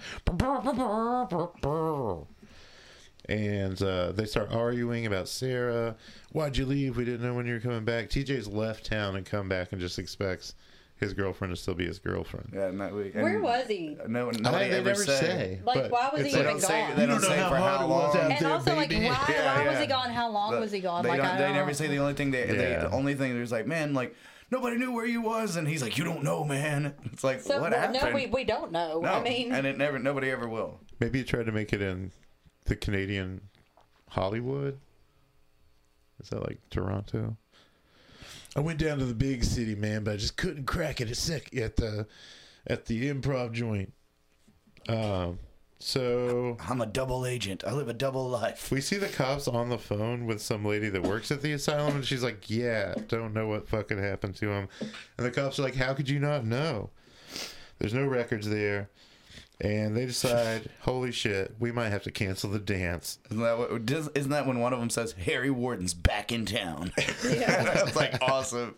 S3: And uh, they start arguing about Sarah. Why'd you leave? We didn't know when you were coming back. TJ's left town and come back and just expects his girlfriend to still be his girlfriend.
S2: Yeah, and that we, and
S1: Where was he?
S2: No,
S3: I
S2: nobody
S3: they
S2: ever
S3: never
S2: say.
S3: say.
S1: Like,
S3: but
S1: why was he
S3: it's
S2: They
S1: even
S2: don't say.
S1: gone.
S2: They
S1: You
S2: don't
S3: don't know
S2: say
S3: how
S2: for
S3: hard
S2: how
S3: it was
S2: long.
S3: out
S1: And
S3: there,
S1: also, like, why,
S3: baby.
S2: Yeah,
S1: why was
S2: yeah.
S1: he gone? How long
S2: But
S1: was he gone?
S2: They,
S1: like, I
S2: don't, they
S1: don't-
S2: never say the only thing. They, they
S3: Yeah.
S2: the only thing there's like, man, like nobody knew where you was, and he's like, you don't know, man. It's like
S1: So,
S2: what
S1: well,
S2: happened?
S1: No, we, we don't know.
S2: No,
S1: I mean,
S2: and it never. Nobody ever will.
S3: Maybe you try to make it in the Canadian Hollywood. Is that like Toronto? I went down to the big city, man, but I just couldn't crack it a sec at the at the improv joint. Um, so
S2: I'm a double agent. I live a double life.
S3: we see the cops on the phone with some lady that works at the asylum, and she's like, "Yeah, don't know what fucking happened to him." And the cops are like, "How could you not know? There's no records there." And they decide, "Holy shit, we might have to cancel the dance."
S2: Isn't that, what, does- isn't that when one of them says Harry Warden's back in town? That's like awesome.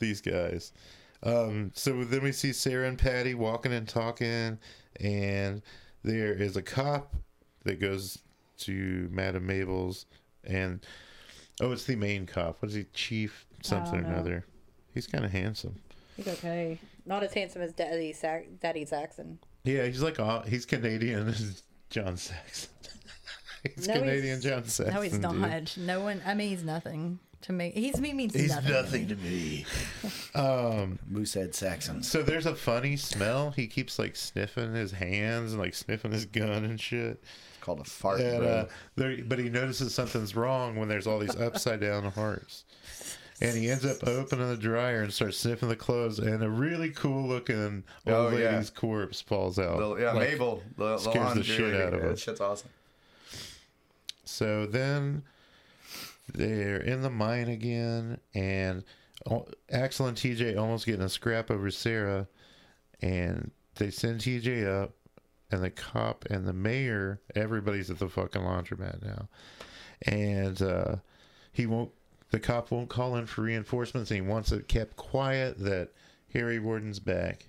S3: These guys. Um, so then we see Sarah and Patty walking and talking, and there is a cop that goes to Madame Mabel's, and oh, it's the main cop. What is he, Chief something or
S1: know.
S3: another? He's kind of handsome.
S1: He's okay. Not as handsome as Daddy, Sac- Daddy Saxon.
S3: Yeah, he's like uh, he's Canadian John Saxon. he's
S1: No, he's-
S3: Canadian John Saxon.
S1: No, he's not.
S3: dude.
S1: No one. I mean, he's nothing to me. He's me means
S3: He's
S1: nothing.
S3: nothing to me. Um,
S2: Moosehead Saxons.
S3: So there's a funny smell. He keeps like sniffing his hands and like sniffing his gun and shit.
S2: It's called a fart.
S3: And,
S2: bro.
S3: uh, there, but he notices something's wrong when there's all these upside down hearts. And he ends up opening the dryer and starts sniffing the clothes, and a really cool looking old
S2: Oh, yeah.
S3: lady's corpse falls out.
S2: The- yeah,
S3: Like,
S2: Mabel. The, the
S3: scares the
S2: laundry
S3: shit
S2: lady.
S3: out of
S2: Yeah,
S3: her.
S2: Shit's awesome.
S3: So then they're in the mine again, and Al- Axel and TJ almost get in a scrap over Sarah, and they send TJ up, and the cop and the mayor, everybody's at the fucking laundromat now, and uh, he won't. The cop won't call in for reinforcements, and he wants it kept quiet that Harry Warden's back.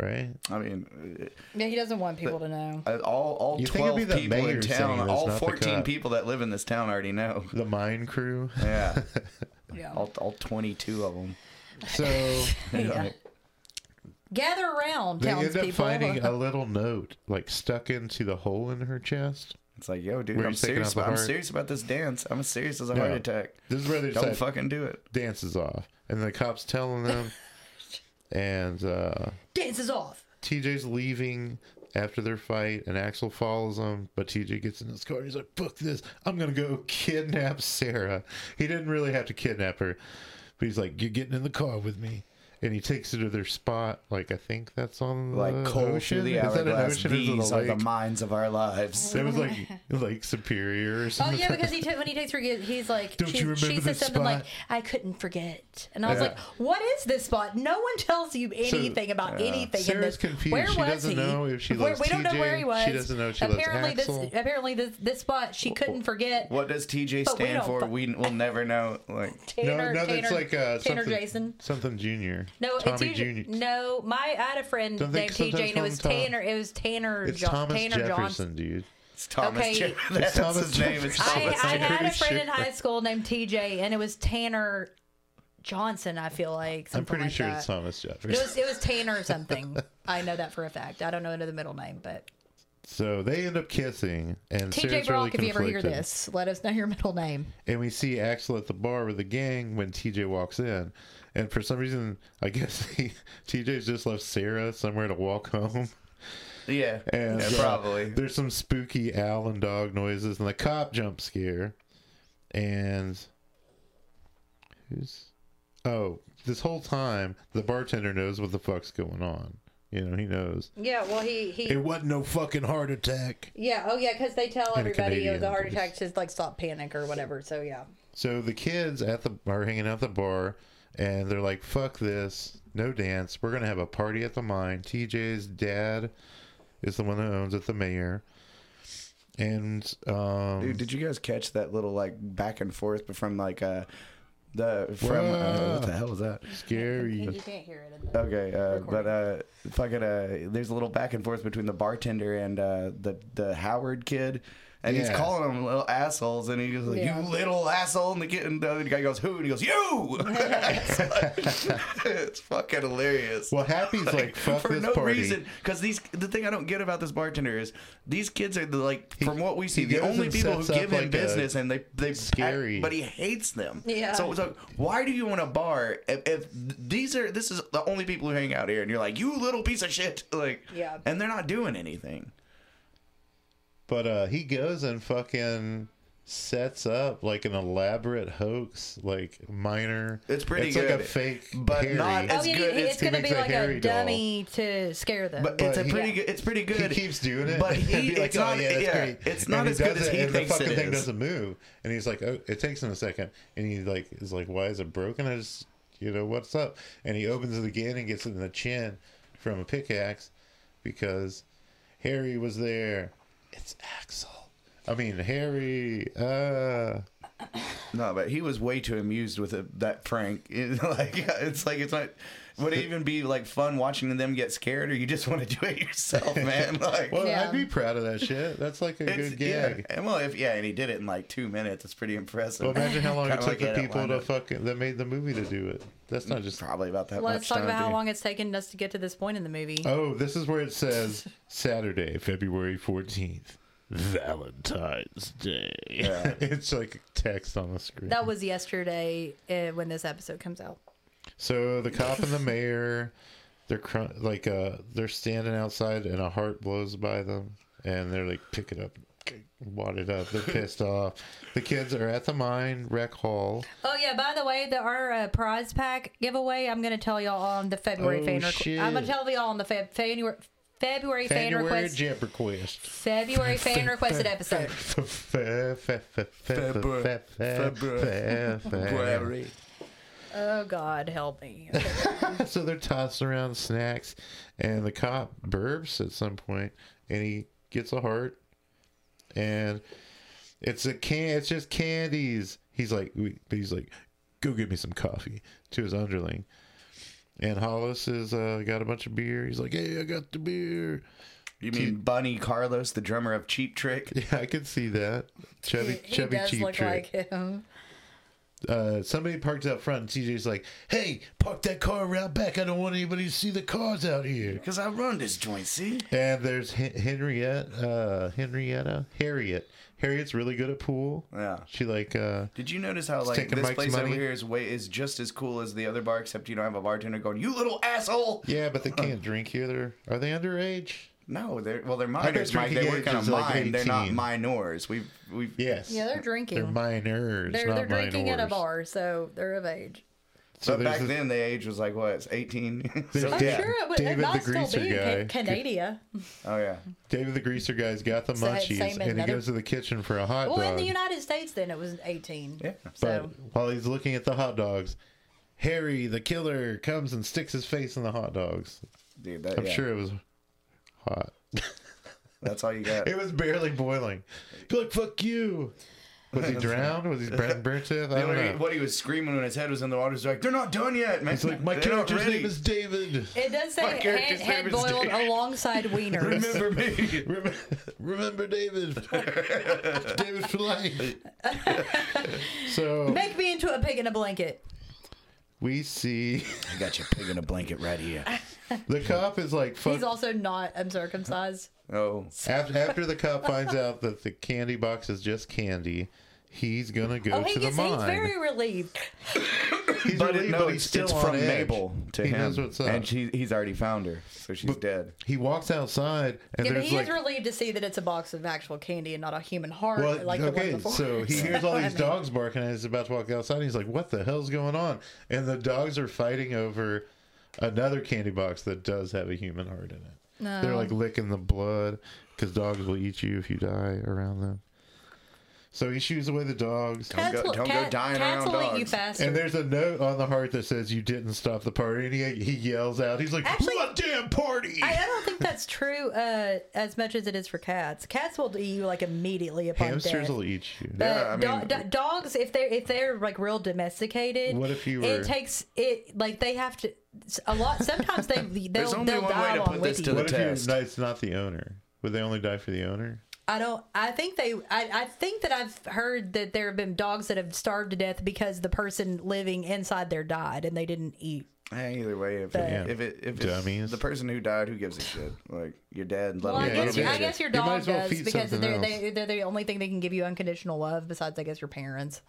S3: Right?
S2: I mean,
S1: Yeah, he doesn't want people to know.
S2: uh, all all
S3: You think it'd
S2: twelve
S3: be the
S2: people in
S3: mayor saying
S2: town,
S3: this,
S2: all
S3: not the
S2: fourteen
S3: cop.
S2: people that live in this town already know.
S3: The mine crew.
S2: Yeah,
S1: Yeah.
S2: all, all twenty-two of them.
S3: So
S1: Yeah. Gather around,
S3: They end up
S1: townspeople.
S3: finding a little note like stuck into the hole in her chest.
S2: It's like, yo, dude,
S3: Where
S2: I'm
S3: he's taking
S2: serious.
S3: out the
S2: I'm
S3: heart.
S2: serious about this dance. I'm as serious as a heart
S3: Yeah.
S2: attack.
S3: This is where they
S2: Don't
S3: decide
S2: fucking do it.
S3: dances off, and the cops telling them, and uh,
S1: Dances off.
S3: TJ's leaving after their fight, and Axel follows him, but TJ gets in his car and he's like, "Fuck this! I'm gonna go kidnap Sarah." He didn't really have to kidnap her, but he's like, "You're getting in the car with me." And he takes her to their spot, like I think that's on
S2: Like
S3: the
S2: coal through
S3: ocean.
S2: the
S3: is that an
S2: hourglass.
S3: ocean? or is it a
S2: These are the
S3: lake?
S2: minds of our lives.
S3: It was like Lake Superior or
S1: Oh
S3: something.
S1: yeah, because he took when he takes her, he's like,
S3: Don't
S1: she,
S3: you
S1: she said
S3: remember this
S1: something like,
S3: spot?
S1: "I couldn't forget," and I was
S3: Yeah.
S1: like, "What is this spot? No one tells you anything about anything." in
S3: Sarah's
S1: this.
S3: confused.
S1: Where
S3: She
S1: was
S3: doesn't
S1: he?
S3: know if she
S1: Where-
S3: loves
S1: We don't know where
S3: TJ.
S1: he was.
S3: She doesn't know if she loves
S1: apparently
S3: Axel.
S1: this apparently this this spot she couldn't forget.
S2: What does TJ
S1: But we
S2: stand
S1: don't
S2: for?
S1: fuck-
S2: We we'll never know. Like,
S1: Tanner,
S3: no, no,
S1: Tanner,
S3: it's like uh,
S1: Tanner
S3: something,
S1: Jason.
S3: something Junior.
S1: No,
S3: Tommy
S1: it's usually,
S3: Junior.
S1: no. My I had a friend
S3: Don't they
S1: named TJ,
S3: sometimes
S1: and it
S3: call
S1: was
S3: him Tom?
S1: Tanner. It was Tanner.
S3: It's
S1: Jo-
S3: Thomas
S1: Tanner
S3: Jefferson,
S1: Johnson.
S3: dude.
S2: it's Thomas.
S1: Okay.
S2: Jefferson.
S3: It's
S2: That's
S3: Thomas
S2: his name. It's
S3: Jefferson.
S1: I,
S2: Thomas.
S1: I had a
S3: Pretty
S1: friend
S3: sure.
S1: in high school named TJ, and it was Tanner Johnson. I feel like
S3: I'm
S1: something
S3: pretty
S1: like
S3: sure
S1: that.
S3: it's Thomas
S1: It
S3: Jefferson.
S1: was it was Tanner or something. I know that for a fact. I don't know another middle name, but
S3: So they end up kissing, and
S1: TJ
S3: Sarah's
S1: Brock.
S3: really
S1: if you ever hear
S3: conflicted.
S1: this, let us know your middle name.
S3: And we see Axel at the bar with the gang when TJ walks in, and for some reason, I guess he, TJ's just left Sarah somewhere to walk home.
S2: Yeah,
S3: And
S2: yeah,
S3: uh,
S2: probably.
S3: There's some spooky owl and dog noises and the cop jump scare. And who's Oh, this whole time the bartender knows what the fuck's going on. You know, he knows.
S1: Yeah. Well, he he.
S3: It wasn't no fucking heart attack.
S1: yeah. Oh, yeah. Because they tell
S3: And a
S1: everybody it was a
S3: Canadian
S1: heart
S3: voice.
S1: attack to like stop panic or whatever. So yeah.
S3: So the kids at the are hanging out at the bar and they're like, Fuck this. No dance. We're gonna have a party at the mine. TJ's dad is the one that owns it, the mayor. And um
S2: Dude, did you guys catch that little like back and forth from like uh the from uh,
S3: Whoa.
S2: what the hell was that?
S3: scary.
S1: can't hear it. In the-
S2: Okay, uh, but uh, fucking uh, there's a little back and forth between the bartender and uh, the the Howard kid, and he's
S3: Yeah.
S2: calling them little assholes, and he goes like,
S1: Yeah.
S2: "You little asshole," and the kid, and the other guy goes, "Who?" and he goes, "You." it's, like- it's fucking hilarious.
S3: Well, Happy's like, fuck
S2: for
S3: this
S2: no
S3: party.
S2: reason, because these the thing I don't get about this bartender is these kids are the, like from what we see
S3: he
S2: the
S3: goes
S2: only
S3: and
S2: people who
S3: sets up,
S2: give him
S3: like, a
S2: business and they they
S3: scary-
S2: but he hates them.
S1: Yeah.
S2: So it's like, why do you want a bar if, if these are this is the only people who hang out here and you're like you little piece of shit like
S1: Yeah.
S2: and they're not doing anything.
S3: But uh, he goes and fucking sets up like an elaborate hoax, like minor.
S2: It's pretty
S3: It's like
S2: good,
S3: a fake,
S2: but
S3: Harry.
S2: not as- It's
S1: oh, yeah, It's,
S2: good. It's-
S1: it's going to
S3: he
S1: be
S3: makes a
S1: like
S3: Harry
S1: a
S3: doll.
S1: dummy to scare them.
S2: But,
S3: But
S2: it's a
S3: he-
S2: pretty good. It's pretty
S3: He
S2: good.
S3: keeps doing it,
S2: But he-
S3: He'd be "Oh,
S2: it's not- yeah,
S3: great."
S2: it's not
S3: And he
S2: as good
S3: does
S2: as
S3: it,
S2: he
S3: and
S2: thinks
S3: The
S2: it
S3: fucking thing
S2: is.
S3: doesn't move, and he's like, "Oh, it takes him a second. and he like is like, "Why is it broken?" I just, you know, what's up? And he opens it again and gets it in the chin from a pickaxe because Harry was there. It's Axel. I mean, Harry. Uh,
S2: No, but he was way too amused with it, that prank. It- like it's like it's not. Would it even be like fun watching them get scared, or you just want to do it yourself, man? Like
S3: well,
S1: Yeah.
S3: I'd be proud of that shit. That's like a
S2: it's-
S3: good gag.
S2: yeah. And well, if yeah, and he did it in like two minutes. It's pretty impressive.
S3: Well, imagine how long it
S2: Kinda
S3: took
S2: like
S3: the
S2: that
S3: people to
S2: lineup.
S3: fucking that made the movie to do it. That's not just.
S2: Probably about that.
S1: Let's
S2: much
S1: talk
S2: time,
S1: about how
S2: dude.
S1: long it's taken us to get to this point in the movie.
S3: Oh, this is where it says Saturday, February fourteenth, Valentine's Day.
S2: Yeah.
S3: it's like text on the screen.
S1: That was yesterday uh, when this episode comes out.
S3: So the cop and the mayor, they're cr- like uh they're standing outside and a heart blows by them and they're like pick it up, wad it up. They're pissed off. The kids are at the mine rec hall.
S1: Oh yeah! By the way, the our uh, prize pack giveaway. I'm gonna tell y'all on the February
S3: Oh,
S1: fan. requ-
S3: shit.
S1: I'm gonna tell y'all on the Feb- February February fan
S3: January
S1: request.
S3: jam request.
S1: February fan requested episode.
S3: February.
S2: February.
S3: February.
S1: Oh God, help me! Okay.
S3: So they're tossing around snacks, and the cop burps at some point, and he gets a heart, and it's a can. It's just candies. He's like, we- but he's like, go get me some coffee to his underling, and Hollis has uh, got a bunch of beer. He's like, hey, I got the beer.
S2: You mean Bunny Carlos, the drummer of Cheap Trick?
S3: Yeah, I could see that. Chubby,
S1: he
S3: chubby
S1: does
S3: cheap
S1: look
S3: trick.
S1: like him.
S3: uh, somebody parked out front, and TJ's like, "Hey, park that car around back. I don't want anybody to see the cars out here."
S2: Because I run this joint, see?
S3: And there's Hen- Henriette, uh, Henrietta, Harriet. Harriet's really good at pool.
S2: Yeah.
S3: She like, uh,
S2: Did you notice how like
S3: taking
S2: this
S3: Mike's
S2: place
S3: money.
S2: over here is way is just as cool as the other bar, except you don't have a bartender going, "You little asshole."
S3: yeah, but they can't drink here. They're are they underage?
S2: No, they're well, they're minors, Mike.
S3: drinking
S2: They
S3: age
S2: work on a
S3: is, like,
S2: mine. they're not
S3: 18.
S2: minors. We've we've
S3: Yes.
S1: Yeah, they're
S3: They're
S1: drinking.
S3: minors.
S1: They're
S3: not
S1: they're drinking at a
S3: minors.
S1: bar, so they're of age.
S3: So
S2: but
S3: there's
S2: back
S3: this-
S2: then, the age was like what, eighteen? so,
S1: I'm
S3: Yeah,
S1: Oh, sure it would
S3: David
S1: it not
S3: the
S1: still
S3: Greaser
S1: be in
S3: guy.
S1: Ca- Canada.
S2: oh yeah,
S3: David the greaser guy's got the
S1: So it's
S3: munchies,
S1: same
S3: and he
S1: another-
S3: goes to the kitchen for a hot
S1: Well,
S3: dog.
S1: in the United States, then it was 18.
S2: Yeah.
S1: So
S3: But while he's looking at the hot dogs, Harry the killer comes and sticks his face in the hot dogs.
S2: dude. That,
S3: I'm
S2: yeah.
S3: sure it was hot.
S2: that's all you got.
S3: It was barely boiling. He's like, fuck you. Was he drowned? Was he burnt, burnt to death? I
S2: what,
S3: don't
S2: he,
S3: know.
S2: what he was screaming when his head was in the water is like, "They're not done yet, man."
S3: uh, It's like, my
S2: They're not
S3: character's
S2: ready.
S3: name is David.
S1: it does
S2: My
S1: say head,
S2: character's
S1: head
S2: name is
S1: boiled
S2: David.
S1: alongside wieners.
S2: Remember me.
S3: Remember, remember David. David for life. so
S1: Make me into a pig in a blanket.
S3: we see
S2: I got your pig in a blanket right here.
S3: the cop is like, fuck
S1: He's also not uncircumcised.
S2: Oh,
S3: After, after the cop finds out that the candy box is just candy, he's gonna go
S1: Oh, he
S3: to the
S1: gets, he's
S3: mine.
S1: very relieved.
S3: he's
S2: but
S3: relieved,
S2: it, no, it's, it's
S3: on
S2: from
S3: edge.
S2: Mabel to
S3: he
S2: him,
S3: knows what's up.
S2: and she, he's already found her, so she's dead.
S3: he walks outside, and
S1: Yeah, but
S3: there's
S1: he
S3: like,
S1: is relieved to see that it's a box of actual candy and not a human heart
S3: well,
S1: like the one
S3: okay,
S1: before.
S3: so he hears all
S1: I
S3: these
S1: mean-
S3: dogs barking, and he's about to walk outside. And he's like, "What the hell's going on?" And the dogs are fighting over another candy box that does have a human heart in it. They're like licking the blood because dogs will eat you if you die around them. So he shoos away the dogs.
S1: Cats
S2: go-
S1: will-
S2: don't go
S1: cat-
S2: dying
S1: cats
S2: around
S1: will eat
S2: dogs.
S1: you faster.
S3: And there's a note on the heart that says, "You didn't stop the party." And he, he yells out, "He's like,
S1: Actually-
S3: what damn party!"
S1: I, I don't think that's true uh, as much as it is for cats. Cats will eat you like immediately upon
S3: Hamsters
S1: death.
S3: will eat you.
S1: But
S2: Yeah, I
S1: Uh, do-
S2: mean-
S1: do- dogs, if they're if they're like real domesticated,
S3: What if you were-
S1: It takes it like they have to a lot. Sometimes they they'll,
S2: only
S1: they'll
S2: one way
S1: die
S2: to
S1: along
S2: put
S1: with
S2: this
S1: you.
S2: to
S3: What if
S2: Test.
S3: you? No, it's not the owner. Would they only die for the owner?
S1: I don't. I think they. I, I think that I've heard that there have been dogs that have starved to death because the person living inside there died and they didn't eat.
S2: Hey, either way, if
S1: Yeah.
S2: it, if it if it's
S3: Dummies.
S2: the person who died, who gives a shit? Like you're dead. Let
S1: Well, I,
S2: him,
S3: Oh, Yeah,
S1: guess
S3: you
S1: your, I
S3: should.
S1: guess your
S3: You might
S1: dog
S3: as well
S1: does
S3: feed
S1: because
S3: something
S1: they're,
S3: else.
S1: they, they're the only thing they can give you unconditional love besides, I guess, your parents.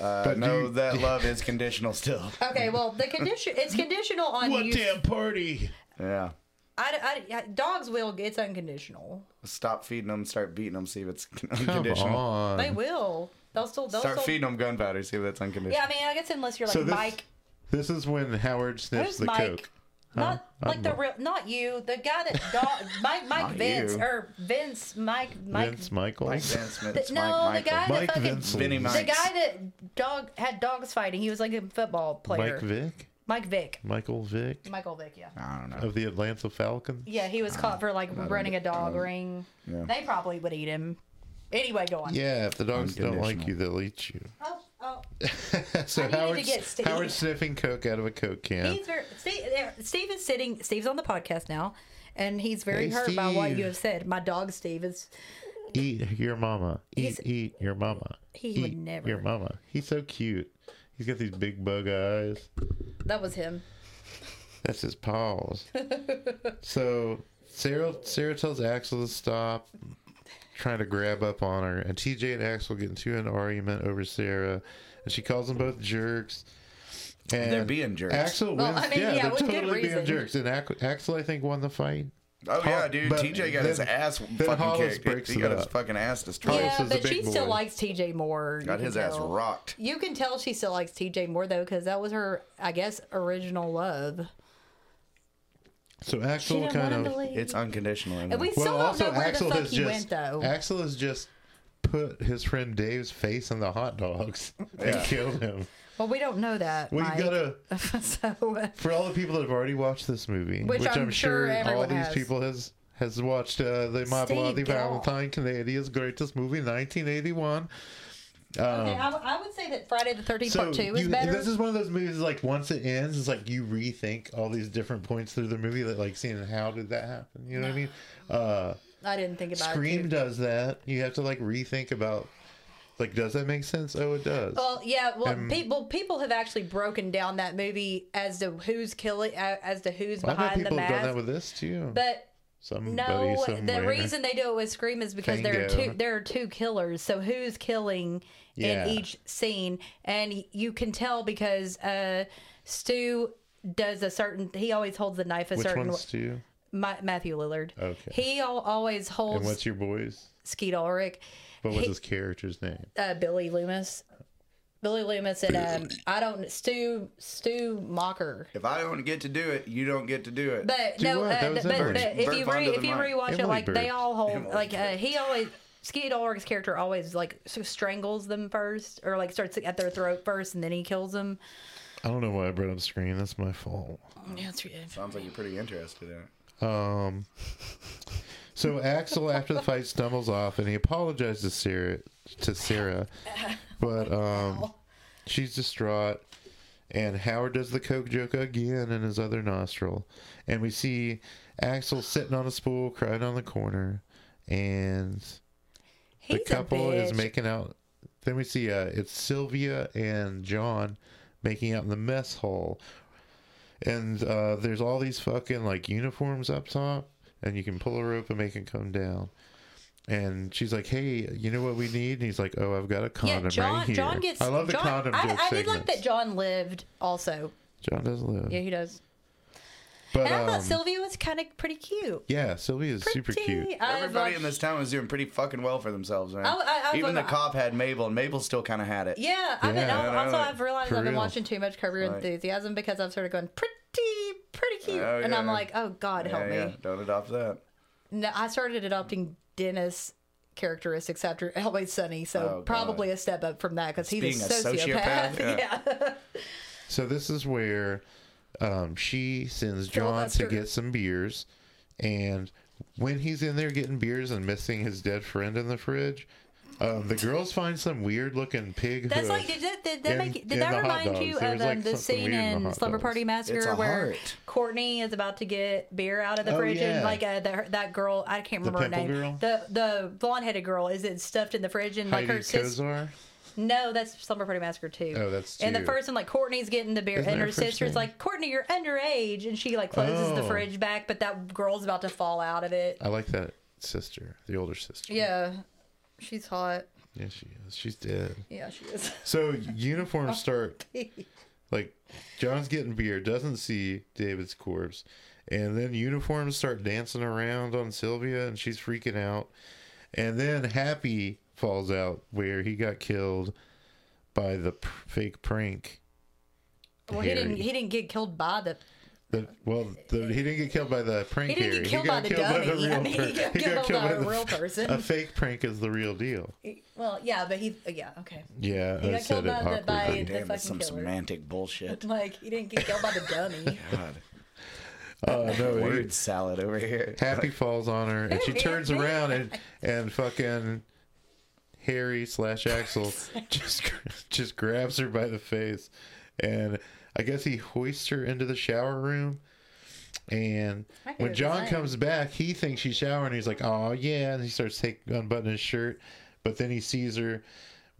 S2: uh,
S3: But
S2: no,
S3: do-
S2: that love is conditional still.
S1: Okay, well, the condition it's conditional on
S3: What
S1: you.
S3: damn party?
S2: Yeah.
S1: I, I, I- dogs will. It's unconditional.
S2: Stop feeding them. Start beating them. See if it's
S3: Come
S2: unconditional.
S3: on.
S1: They will. They'll still. They'll
S2: Start
S1: still
S2: feeding them gunpowder. See if that's unconditional.
S1: Yeah, I mean, I guess unless you're like
S3: So this-
S1: Mike.
S3: This is when Howard sniffs
S1: Who's
S3: the
S1: Mike?
S3: coke.
S1: Not
S3: Huh?
S1: like the real, not you, the guy that dog, Mike, Mike
S2: Not
S1: Vince
S2: you.
S1: or Vince, Mike, Mike.
S3: Vince Michaels.
S2: Mike Van Smith.
S1: The-
S2: it's
S1: no,
S2: Mike
S1: the guy
S2: Michael.
S3: Mike
S1: that fucking,
S3: Vince.
S2: Vinny
S1: the
S2: Mike.
S1: guy that dog had dogs fighting. He was like a football player.
S3: Mike Vick.
S1: Mike Vick.
S3: Michael Vick
S1: Michael Vick. Yeah.
S2: I don't know.
S3: of the Atlanta Falcons.
S1: Yeah, he was caught for like running a dog ring.
S2: yeah.
S1: They probably would eat him. Anyway, go on.
S3: Yeah, if the dogs don't like
S2: Unconditional.
S3: you, they'll eat you.
S1: Oh, oh, I
S3: so
S1: needed to
S3: Howard's,
S1: get Steve.
S3: Howard's sniffing coke out of a coke can.
S1: he's very Steve, there- Steve is sitting. Steve's on the podcast now, and he's very
S3: Hey,
S1: hurt by what you
S3: Steve.
S1: have said. My dog Steve is.
S3: Eat your mama. Eat,
S1: He's-
S3: eat your mama.
S1: He would
S3: Eat
S1: never.
S3: Your mama. He's so cute. He's got these big bug eyes.
S1: That was him.
S3: That's his paws. so Sarah Sarah tells Axel to stop trying to grab up on her, and TJ and Axel get into an argument over Sarah, and she calls them both jerks. And
S2: They're being jerks.
S3: Axel
S1: Well,
S3: wins.
S1: I mean,
S3: yeah,
S1: yeah,
S3: they're
S1: with good
S3: totally being
S1: reason.
S3: jerks. And Ac- Axel, I think, won the fight.
S2: Oh yeah, dude.
S3: But
S2: TJ got his
S3: then-
S2: ass
S3: then
S2: fucking
S3: Hollis
S2: kicked.
S3: breaks
S2: He
S3: it
S2: got his
S3: up.
S2: fucking ass destroyed.
S1: Yeah,
S3: is a
S1: but she
S3: big
S1: still
S3: boy.
S1: likes TJ more. You
S2: got
S1: can
S2: his ass
S1: tell.
S2: rocked.
S1: You can tell she still likes TJ more though, because that was her, I guess, original love.
S3: So
S1: She
S3: Axel
S1: didn't
S3: kind
S1: want
S3: of.
S1: him to leave.
S2: It's unconditional.
S1: And we still
S3: Well,
S1: don't
S3: also
S1: know where
S3: Axel
S1: the fuck
S3: has
S1: he
S3: just
S1: went though.
S3: Axel has just put his friend Dave's face in the hot dogs and killed him.
S1: well, we don't know that.
S3: Well,
S1: Mike.
S3: you gotta
S1: so uh,
S3: for all the people that have already watched this movie,
S1: Which
S3: which,
S1: I'm
S3: I'm,
S1: sure
S3: sure, all
S1: everyone
S3: these
S1: has.
S3: people has has watched uh, the My
S1: Steve
S3: Bloody
S1: Gall.
S3: Valentine Canadian's greatest movie, 1981.
S1: okay, I, w- I would say that Friday the Thirteenth
S3: Um, So
S1: Part Two is
S3: you-
S1: better.
S3: this is one of those movies like once it ends, it's like you rethink all these different points through the movie, that like seeing how did that happen. You know what I mean? Uh,
S1: I didn't think about it.
S3: Scream
S1: too.
S3: does that. You have to like rethink about like does that make sense? Oh, it does.
S1: Well, yeah. Well, people people have actually broken down that movie as to who's killing, uh, as to who's
S3: I know
S1: behind the
S3: people have done that
S1: mask.
S3: with this too.
S1: but
S3: Somebody
S1: No,
S3: somewhere.
S1: the reason they do it with Scream is because there are
S3: Bingo.
S1: two there are two killers. So who's killing
S3: Yeah.
S1: in each scene? And y- you can tell because uh, Stu does a certain. He always holds the knife a
S3: Which
S1: certain.
S3: one's too?
S1: Ma- Matthew Lillard.
S3: Okay.
S1: He al- always
S3: And
S1: holds
S3: what's your boys?
S1: Skeet Ulrich,
S3: What was
S1: He-
S3: his character's name?
S1: uh, Billy Loomis. Billy Loomis and um, I don't Stu Stu Mocker.
S2: If I don't get to do it, you don't get to do it.
S1: But
S3: Do
S1: no,
S3: what?
S1: uh,
S3: That was
S1: but, but
S3: Emily.
S1: if
S2: Bert
S1: you
S2: Von
S1: re,
S2: der
S1: if you
S2: Mark.
S1: rewatch it,
S3: Emily
S1: like they
S3: Bert.
S1: all hold
S2: Emily
S1: like uh, he always Skid Ulrich's character always like s- strangles them first or like starts at their throat first and then he kills them.
S3: I don't know why I brought up screen. That's my fault.
S1: Yeah, it's weird.
S2: Sounds like you're pretty interested in it.
S3: Um, so Axel, after the fight, stumbles off and he apologizes to Sarah, to Sarah, but um, she's distraught. And Howard does the coke joke again in his other nostril, and we see Axel sitting on a spool, crying on the corner, and the
S1: He's
S3: couple
S1: a bitch.
S3: is making out. Then we see uh, it's Sylvia and John making out in the mess hall, and uh, there's all these fucking like uniforms up top, and you can pull her up and make it come down. And she's like, "Hey, you know what we need?" And he's like, "Oh, I've got a
S1: yeah,
S3: condom
S1: John.
S3: right here."
S1: John gets.
S3: I love the
S1: John,
S3: condom.
S1: I,
S3: joke
S1: I did like
S3: segments.
S1: that. John lived also.
S3: John doesn't live.
S1: Yeah, he does.
S3: but
S1: And I
S3: um,
S1: thought Sylvia was kind of pretty cute.
S3: yeah, Sylvia's super cute.
S1: I
S2: Everybody
S1: like-
S2: in this town was doing pretty fucking well for themselves, man.
S1: I- I- I-
S2: Even the
S1: I-
S2: cop had Mabel, and Mabel still kind of had it.
S1: Yeah, I've been,
S3: Yeah.
S1: al-
S2: Yeah,
S1: also
S2: like,
S1: I've realized
S3: for
S1: I've been
S3: real.
S1: watching too much Curb Your
S2: Right.
S1: Enthusiasm because I've started going pretty, pretty cute,
S2: Oh,
S1: and I'm
S2: yeah.
S1: like, oh God, help
S2: yeah,
S1: me.
S2: Don't adopt that.
S1: No, I started adopting Dennis characteristics after Always Sunny, so
S2: Oh,
S1: probably a step up from that because he's
S2: Being
S1: a
S2: a
S1: sociopath.
S2: sociopath,
S1: Yeah.
S3: So this is where um, she sends John to
S1: Filibuster.
S3: get some beers, and when he's in there getting beers and missing his dead friend in the fridge, um, the girls find some weird looking pig.
S1: that's
S3: hoof.
S1: like did that did that
S3: In-
S1: make did
S3: in the
S1: that
S3: hot
S1: remind you
S3: dogs. There
S1: of
S3: was,
S1: um,
S3: like,
S1: the
S3: something
S1: scene
S3: weird in
S1: in
S3: the hot
S1: Slumber
S3: dogs.
S1: Party
S2: It's
S1: Massacre
S2: a
S1: where
S2: heart.
S1: Courtney is about to get beer out of the
S3: Oh,
S1: fridge and
S3: yeah.
S1: like uh, that that girl I can't remember her
S3: pimple
S1: name
S3: girl?
S1: the the blonde headed girl is it stuffed in the fridge and like
S3: Heidi
S1: her sister
S3: Kozar.
S1: No, that's Slumber Party Massacre too.
S3: Oh, that's
S1: And the
S3: two.
S1: first one, like Courtney's getting the beer,
S3: Isn't
S1: and
S3: that
S1: her
S3: first
S1: sister's
S3: thing?
S1: like, "Courtney, you're underage," and she like closes the
S3: Oh.
S1: fridge back, but that girl's about to fall out of it.
S3: I like that sister, the older sister.
S1: Yeah, she's hot.
S3: yeah, she is. She's dead.
S1: Yeah, she is.
S3: So uniforms start like John's getting beer, doesn't see David's corpse, And then uniforms start dancing around on Sylvia, and she's freaking out. And then Happy falls out where he got killed by the pr- fake prank.
S1: Well, he
S3: Harry.
S1: didn't. He didn't get killed by the.
S3: The, well, the, he didn't get killed by the prank.
S1: He didn't get
S3: Harry.
S1: killed by the
S3: got killed
S1: dummy. I mean, he
S3: per-
S1: got killed by a real
S3: f-
S1: person.
S3: A fake prank is the real deal.
S1: Well, yeah, but he. Yeah, okay.
S3: Yeah,
S1: He
S3: I
S1: got
S3: said
S1: killed
S3: it
S1: by the- by
S3: awkwardly.
S1: the-
S2: Damn, that's
S1: fucking
S2: some
S1: killer.
S2: semantic bullshit.
S1: Like he didn't get killed by the dummy.
S2: God,
S3: Oh
S2: Uh,
S3: no, he-
S2: word salad over here.
S3: Happy falls on her, and she turns
S1: Happy.
S3: around and and fucking Harry slash Axel just gra- just grabs her by the face, and I guess he hoists her into the shower room. And
S1: I could
S3: when
S1: have
S3: John
S1: designed.
S3: comes back, he thinks she's showering. He's like, "Oh yeah," and he starts take, unbuttoning his shirt, but then he sees her.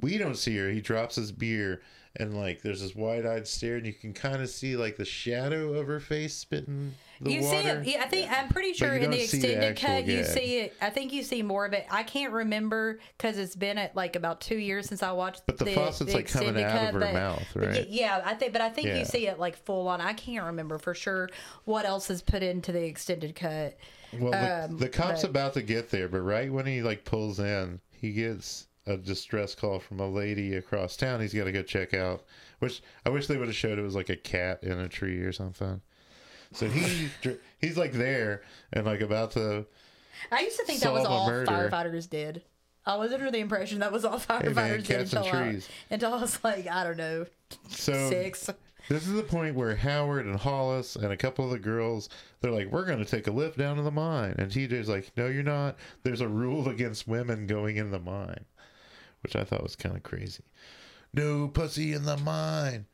S3: We don't see her. He drops his beer, and like there's this wide-eyed stare, and you can kind of see like the shadow of her face spitting the
S1: you
S3: water.
S1: see it. Yeah, I think I'm pretty sure
S3: you
S1: in
S3: don't
S1: the
S3: see the
S1: extended
S3: actual
S1: cut you
S3: gag.
S1: see it. I think you see more of it. I can't remember because it's been at like about two years since I watched.
S3: But the faucet's, like, coming
S1: extended
S3: out of her
S1: but-
S3: mouth,
S1: but y-
S3: right?
S1: yeah, I think. But I think
S3: Yeah.
S1: you see it like full on. I can't remember for sure what else is put into the extended cut.
S3: Well, the,
S1: Um,
S3: the cop's
S1: but-
S3: about to get there, but right when he like pulls in, he gets a distress call from a lady across town. He's got to go check out. Which I wish they would have showed it was like a cat in a tree or something. So he dr- he's like there and like about to.
S1: I used to think that was
S3: Solve a
S1: all
S3: murder.
S1: firefighters did. I was under the impression that was all firefighters
S3: man,
S1: did
S3: cats and
S1: until I,
S3: trees. Um,
S1: until I was like, I don't know,
S3: So
S1: six.
S3: this is the point where Howard and Hollis and a couple of the girls they're like, "We're going to take a lift down to the mine," and TJ's like, "No, you're not. There's a rule against women going in the mine," which I thought was kind of crazy. No pussy in the mine.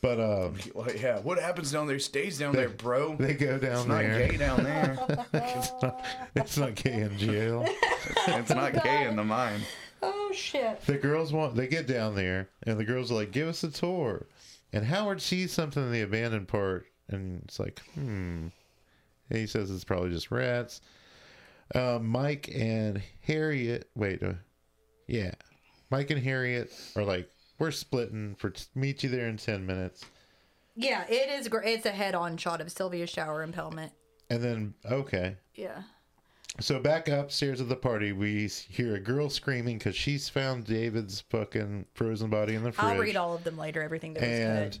S3: But um,
S2: Well, yeah, what happens down there stays down there, bro.
S3: they go down
S2: It's not
S3: there.
S2: gay down there.
S3: It's not gay in jail.
S2: it's not gay in the mine.
S1: Oh shit!
S3: the girls want they get down there and the girls are like give us a tour and howard sees something in the abandoned part and it's like hmm and he says it's probably just rats uh, mike and harriet wait uh, yeah mike and harriet are like we're splitting for meet you there in 10 minutes
S1: Yeah, it is. gr- It's a head-on shot of Sylvia's shower impalement.
S3: and then okay
S1: Yeah.
S3: So back upstairs at the party, we s- hear a girl screaming because she's found David's fucking frozen body in the fridge.
S1: I'll read all of them later. Everything that was
S3: and
S1: good.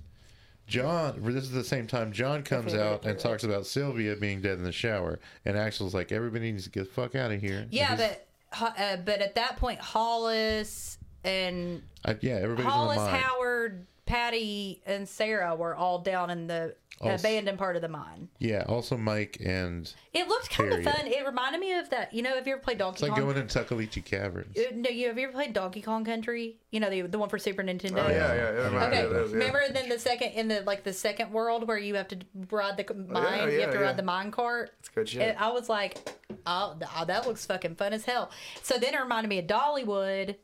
S3: John, this is the same time John comes
S1: favorite
S3: out and
S1: part.
S3: talks about Sylvia being dead in the shower, and Axel's like, "Everybody needs to get the fuck out of here."
S1: Yeah,
S3: And he's-
S1: but Ho- uh, but at that point, Hollis and
S3: I- yeah, everybody's
S1: Hollis
S3: in the mine.
S1: Howard, Patty, and Sarah were all down in the
S3: All s-
S1: abandoned part of the mine.
S3: yeah, also Mike and
S1: It looked kind of
S3: Period.
S1: fun. It reminded me of that. You know, have you ever played Donkey
S3: it's like
S1: Kong?
S3: going in Tuckaleechee Caverns.
S1: Uh, no, you have you ever played Donkey Kong Country? You know, the the one for Super Nintendo.
S2: Oh yeah, yeah. It reminded
S1: Okay.
S2: me of those, yeah.
S1: Remember then the second in the like the second world where you have to ride the mine, you have
S2: yeah,
S1: to
S2: yeah.
S1: ride the mine cart. That's
S2: good shit.
S1: I was like, oh, th- oh, that looks fucking fun as hell. So then it reminded me of Dollywood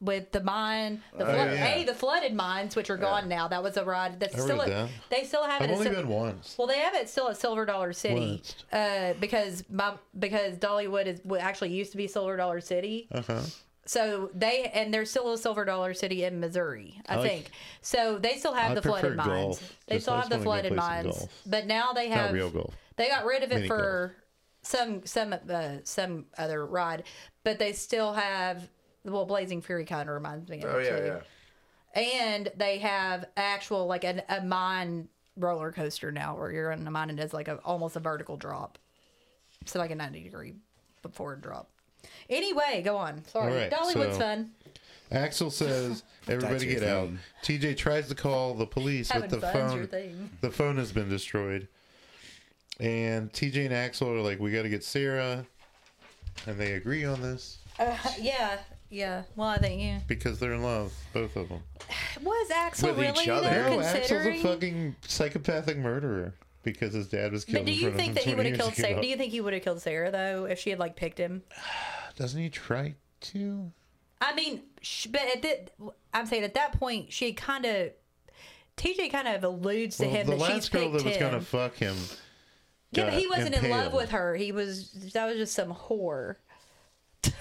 S1: with the mine, the flood,
S3: Oh, yeah.
S1: hey, the flooded mines which are gone now. That was a ride. That's
S3: I
S1: still at-
S3: rode that.
S1: they still have
S3: I've
S1: it. at
S3: only
S1: Sil-
S3: been once.
S1: well, they have it still at Silver Dollar City
S3: Once.
S1: uh, because my because Dollywood is what actually used to be Silver Dollar City.
S3: Uh huh.
S1: So they and there's still a Silver Dollar City in Missouri, I,
S3: I like-
S1: think. So they still have
S3: I
S1: the flooded
S3: prefer
S1: mines.
S3: golf.
S1: They
S3: Just-
S1: still
S3: I
S1: have
S3: just
S1: the
S3: wanna go
S1: flooded
S3: play some
S1: mines,
S3: golf.
S1: but now they have
S3: real golf.
S1: They got rid of it
S3: Mini
S1: for some some uh, some other ride, but they still have. Well, Blazing Fury kind of reminds me. Of
S2: Oh
S1: it
S2: yeah,
S1: too.
S2: yeah.
S1: And they have actual like an, a mine roller coaster now, where you're in a mine and it's like a, almost a vertical drop, so like a ninety degree forward drop. Anyway, go on. Sorry,
S3: All right,
S1: Dollywood's
S3: so-
S1: fun.
S3: Axel says, "Everybody
S2: your
S3: get out."
S2: thing.
S3: TJ tries to call the police, but
S1: Having
S3: the
S1: fun's your
S3: phone
S1: thing.
S3: the phone has been destroyed. And TJ and Axel are like, "We got to get Sarah," and they agree on this
S1: Uh, yeah, yeah. Well, I think yeah.
S3: because they're in love, both of them.
S1: Was Axel
S2: With each
S1: really
S2: other.
S1: there
S3: No, Axel's a
S1: considering?
S3: fucking psychopathic murderer because his dad was killed.
S1: but do
S3: in
S1: you
S3: front
S1: think
S3: of
S1: that
S3: him
S1: he would
S3: 20
S1: have
S3: years
S1: killed Sarah?
S3: ago.
S1: Do you think he would have killed Sarah though if she had like picked him?
S3: Doesn't he try to?
S1: I mean, sh but at that, I'm saying at that point she kind of TJ kind of alludes to
S3: Well,
S1: him
S3: the
S1: that she's
S3: last girl
S1: picked
S3: that was
S1: him.
S3: gonna uh, fuck him.
S1: yeah, but
S3: got
S1: he wasn't in love
S3: impaled.
S1: with her. He was that was just some whore.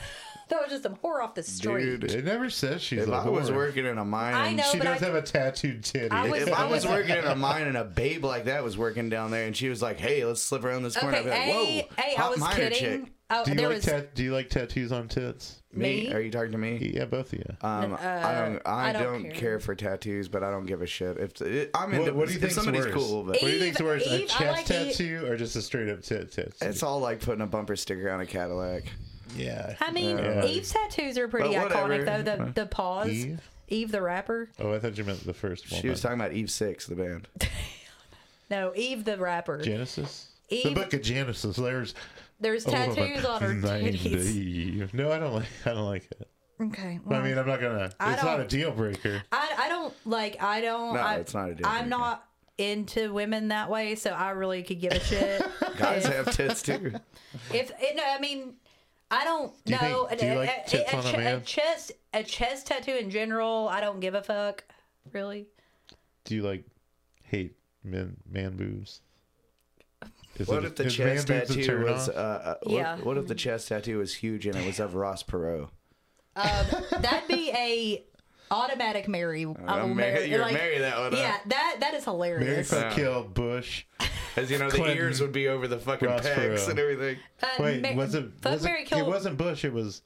S1: That was just some whore off the street.
S3: Dude, it never says she's
S2: If
S3: a
S2: I
S3: whore.
S2: was working in a mine,
S1: I know.
S3: she
S1: but
S3: does
S1: I-
S3: have a tattooed titty.
S1: I was-
S2: if I was working in a mine and a babe like that was working down there, and she was like, "Hey, let's slip around this corner,"
S1: Okay,
S2: I'd be like,
S1: hey,
S2: "Whoa,
S1: hey, I
S2: hot
S1: was
S2: miner
S1: kidding.
S2: chick."
S1: Oh,
S3: do you
S1: there
S3: like
S1: was
S3: tat- do you like tattoos on tits?
S1: me.
S2: Are you talking to me?
S3: Yeah, both of you.
S2: Um, I don't, I
S1: I don't
S2: don't
S1: care.
S2: care. for tattoos, but I don't give a shit. If it, I'm
S3: What-
S2: into,
S3: what do you
S2: if
S3: think's
S2: somebody's
S3: worse?
S2: cool, but
S3: what do you
S1: Eve-
S3: think's worse, a
S1: Eve, I
S3: chest
S1: like Eve.
S3: tattoo or just a straight up tit tits?
S2: it's all like putting a bumper sticker on a Cadillac.
S3: yeah.
S1: I mean,
S3: Yeah.
S1: Eve's tattoos are pretty
S2: But
S1: iconic though.
S2: whatever.
S1: The the paws. Eve,
S3: Eve?
S1: the rapper.
S3: oh, I thought you meant the first one.
S2: She was talking about Eve Six, the band.
S1: No, Eve the rapper.
S3: Genesis. The
S1: Eve-
S3: book of Genesis. There's
S1: There's
S3: a woman
S1: tattoos on her
S3: named
S1: titties.
S3: Eve. Oh, No, I don't like. I don't like it.
S1: Okay.
S3: I
S1: well,
S3: mean, I'm not gonna.
S1: I
S3: it's not a
S1: don't-
S3: deal breaker.
S1: I, I don't like I don't.
S2: No,
S1: I,
S2: it's not a deal
S1: I'm
S2: breaker.
S1: not into women that way, so I really could give a shit.
S2: Guys have tits too.
S1: if it, no, I mean, I don't
S3: Do you
S1: know.
S3: think- do you
S1: a,
S3: like
S1: a-
S3: tits
S1: a
S3: on a
S1: che- a
S3: man?
S1: chest a chest tattoo in general, I don't give a fuck. Really.
S3: Do you like hate men man boobs? Is
S2: What
S3: it-
S2: if the
S3: is man
S2: chest
S3: boobs a
S2: tattoo
S3: turn
S2: was? Uh,
S3: off?
S2: uh, what,
S1: Yeah.
S2: what if the chest tattoo was huge and it was of Ross Perot?
S1: That'd be a automatic marry. I will
S2: I'm mar-
S1: marry.
S2: you're
S1: like-
S2: marry that one.
S1: Yeah, that that is
S3: Mary
S1: hilarious.
S3: fuck kill Bush.
S2: because you know
S3: Clinton.
S2: the ears would be over the fucking
S3: Ross
S2: pecs
S3: Perot.
S2: and everything.
S1: Uh,
S3: Wait,
S1: Ma-
S3: was it?
S1: fuck
S3: was
S1: Mary
S3: it,
S1: kill?
S3: it wasn't Bush. It was.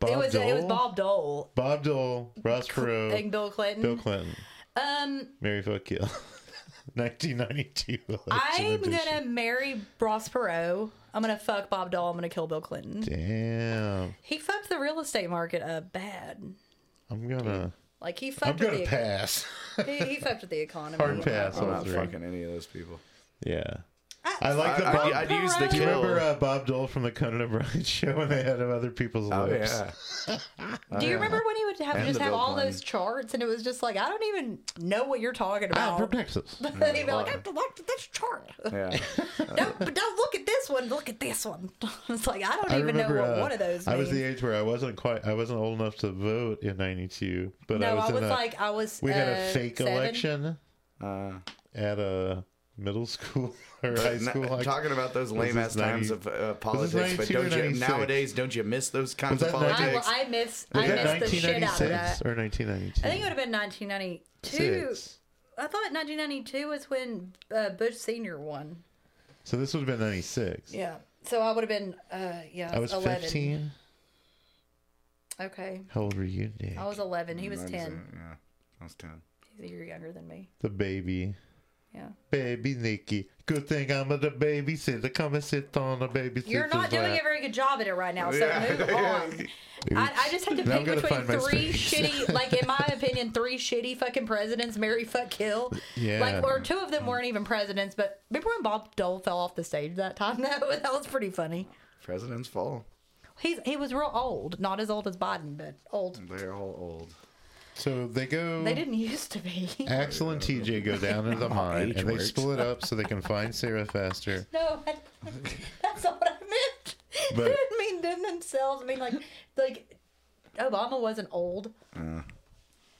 S3: Bob
S1: it was
S3: Dole?
S1: it was Bob Dole
S3: Bob Dole, Ross
S1: and
S3: Perot,
S1: Bill Clinton.
S3: Bill Clinton,
S1: um,
S3: Mary fuck kill. 1992. election
S1: I'm
S3: edition.
S1: gonna marry Ross Perot. I'm gonna fuck Bob Dole. I'm gonna kill Bill Clinton.
S3: Damn.
S1: He fucked the real estate market up bad.
S3: I'm gonna.
S1: Like he
S3: I'm
S1: fucked
S3: gonna
S1: with the
S3: pass.
S1: he, he fucked with the economy.
S3: Hard pass.
S2: I'm
S3: all
S2: not
S3: three.
S2: fucking any of those people.
S3: Yeah. I like the
S2: I-
S3: Bob.
S2: I'd use the
S1: Perot.
S3: do you
S2: kill.
S3: remember uh, Bob Dole from the Conan O'Brien show when they had him other people's
S2: Oh
S3: lips?
S2: yeah.
S1: Do you remember when he would have
S2: And
S1: just
S2: the
S1: have
S2: Bill
S1: all
S2: Clinton.
S1: those charts and it was just like I don't even know what you're talking
S3: I'm Ah, from
S1: about.
S3: Texas.
S1: And he'd be like, I have to look at this chart.
S2: Yeah.
S1: don't, but don't look at this one. Look at this one. it's like I don't
S3: I
S1: even
S3: remember
S1: know what
S3: uh,
S1: one of those.
S3: I was
S1: means.
S3: the age where I wasn't quite. I wasn't old enough to vote in '92, but I
S1: no,
S3: was,
S1: I was
S3: in a,
S1: like I was.
S3: We had
S1: uh,
S3: a fake
S1: seven.
S3: election
S2: Uh,
S3: at a middle school or high
S2: Na-
S3: school. I-
S2: talking about those
S3: was
S2: lame ass
S3: this 90
S2: times of uh, politics, but
S3: 92 or
S2: don't you
S3: 96?
S2: nowadays don't you miss those kinds
S3: Was
S2: of
S3: that 90
S1: I,
S2: politics?
S1: I miss. I
S3: was that
S1: miss the shit out of that.
S3: 1996 or 1992?
S1: I think it would have been 1992. I thought 1992 was when uh, Bush Senior won.
S3: So this would have been 96.
S1: Yeah. So I would have been. Uh, yeah.
S3: I was
S1: 11.
S3: 15.
S1: Okay.
S3: How old were you, Nick?
S1: I was 11. He was
S2: Mine's,
S1: 10.
S2: uh, Yeah, I was ten.
S1: You're younger than me.
S3: The baby.
S1: Yeah.
S3: Baby Nikki. Good thing I'm a babysitter. Come and sit on the babysitter.
S1: You're not doing a very good job at it right now, so
S2: Yeah.
S1: move on. I, I just had to
S3: Now I'm
S1: pick
S3: gonna
S1: between
S3: find my
S1: three
S3: space.
S1: shitty, like in my opinion, three shitty fucking presidents, Mary fuck kill.
S3: Yeah.
S1: Like, or two of them weren't even presidents, but remember when Bob Dole fell off the stage that time? That was, that was pretty funny.
S2: Presidents fall.
S1: He's he was real old, not as old as Biden, but old.
S2: They're all old.
S3: So they go.
S1: They didn't used to be.
S3: Axel and TJ go down into the mine
S2: age
S3: and they
S2: works.
S3: split up so they can find Sarah faster.
S1: No, I, that's not what I meant.
S3: But-
S1: I didn't mean them themselves. I mean like like Obama wasn't old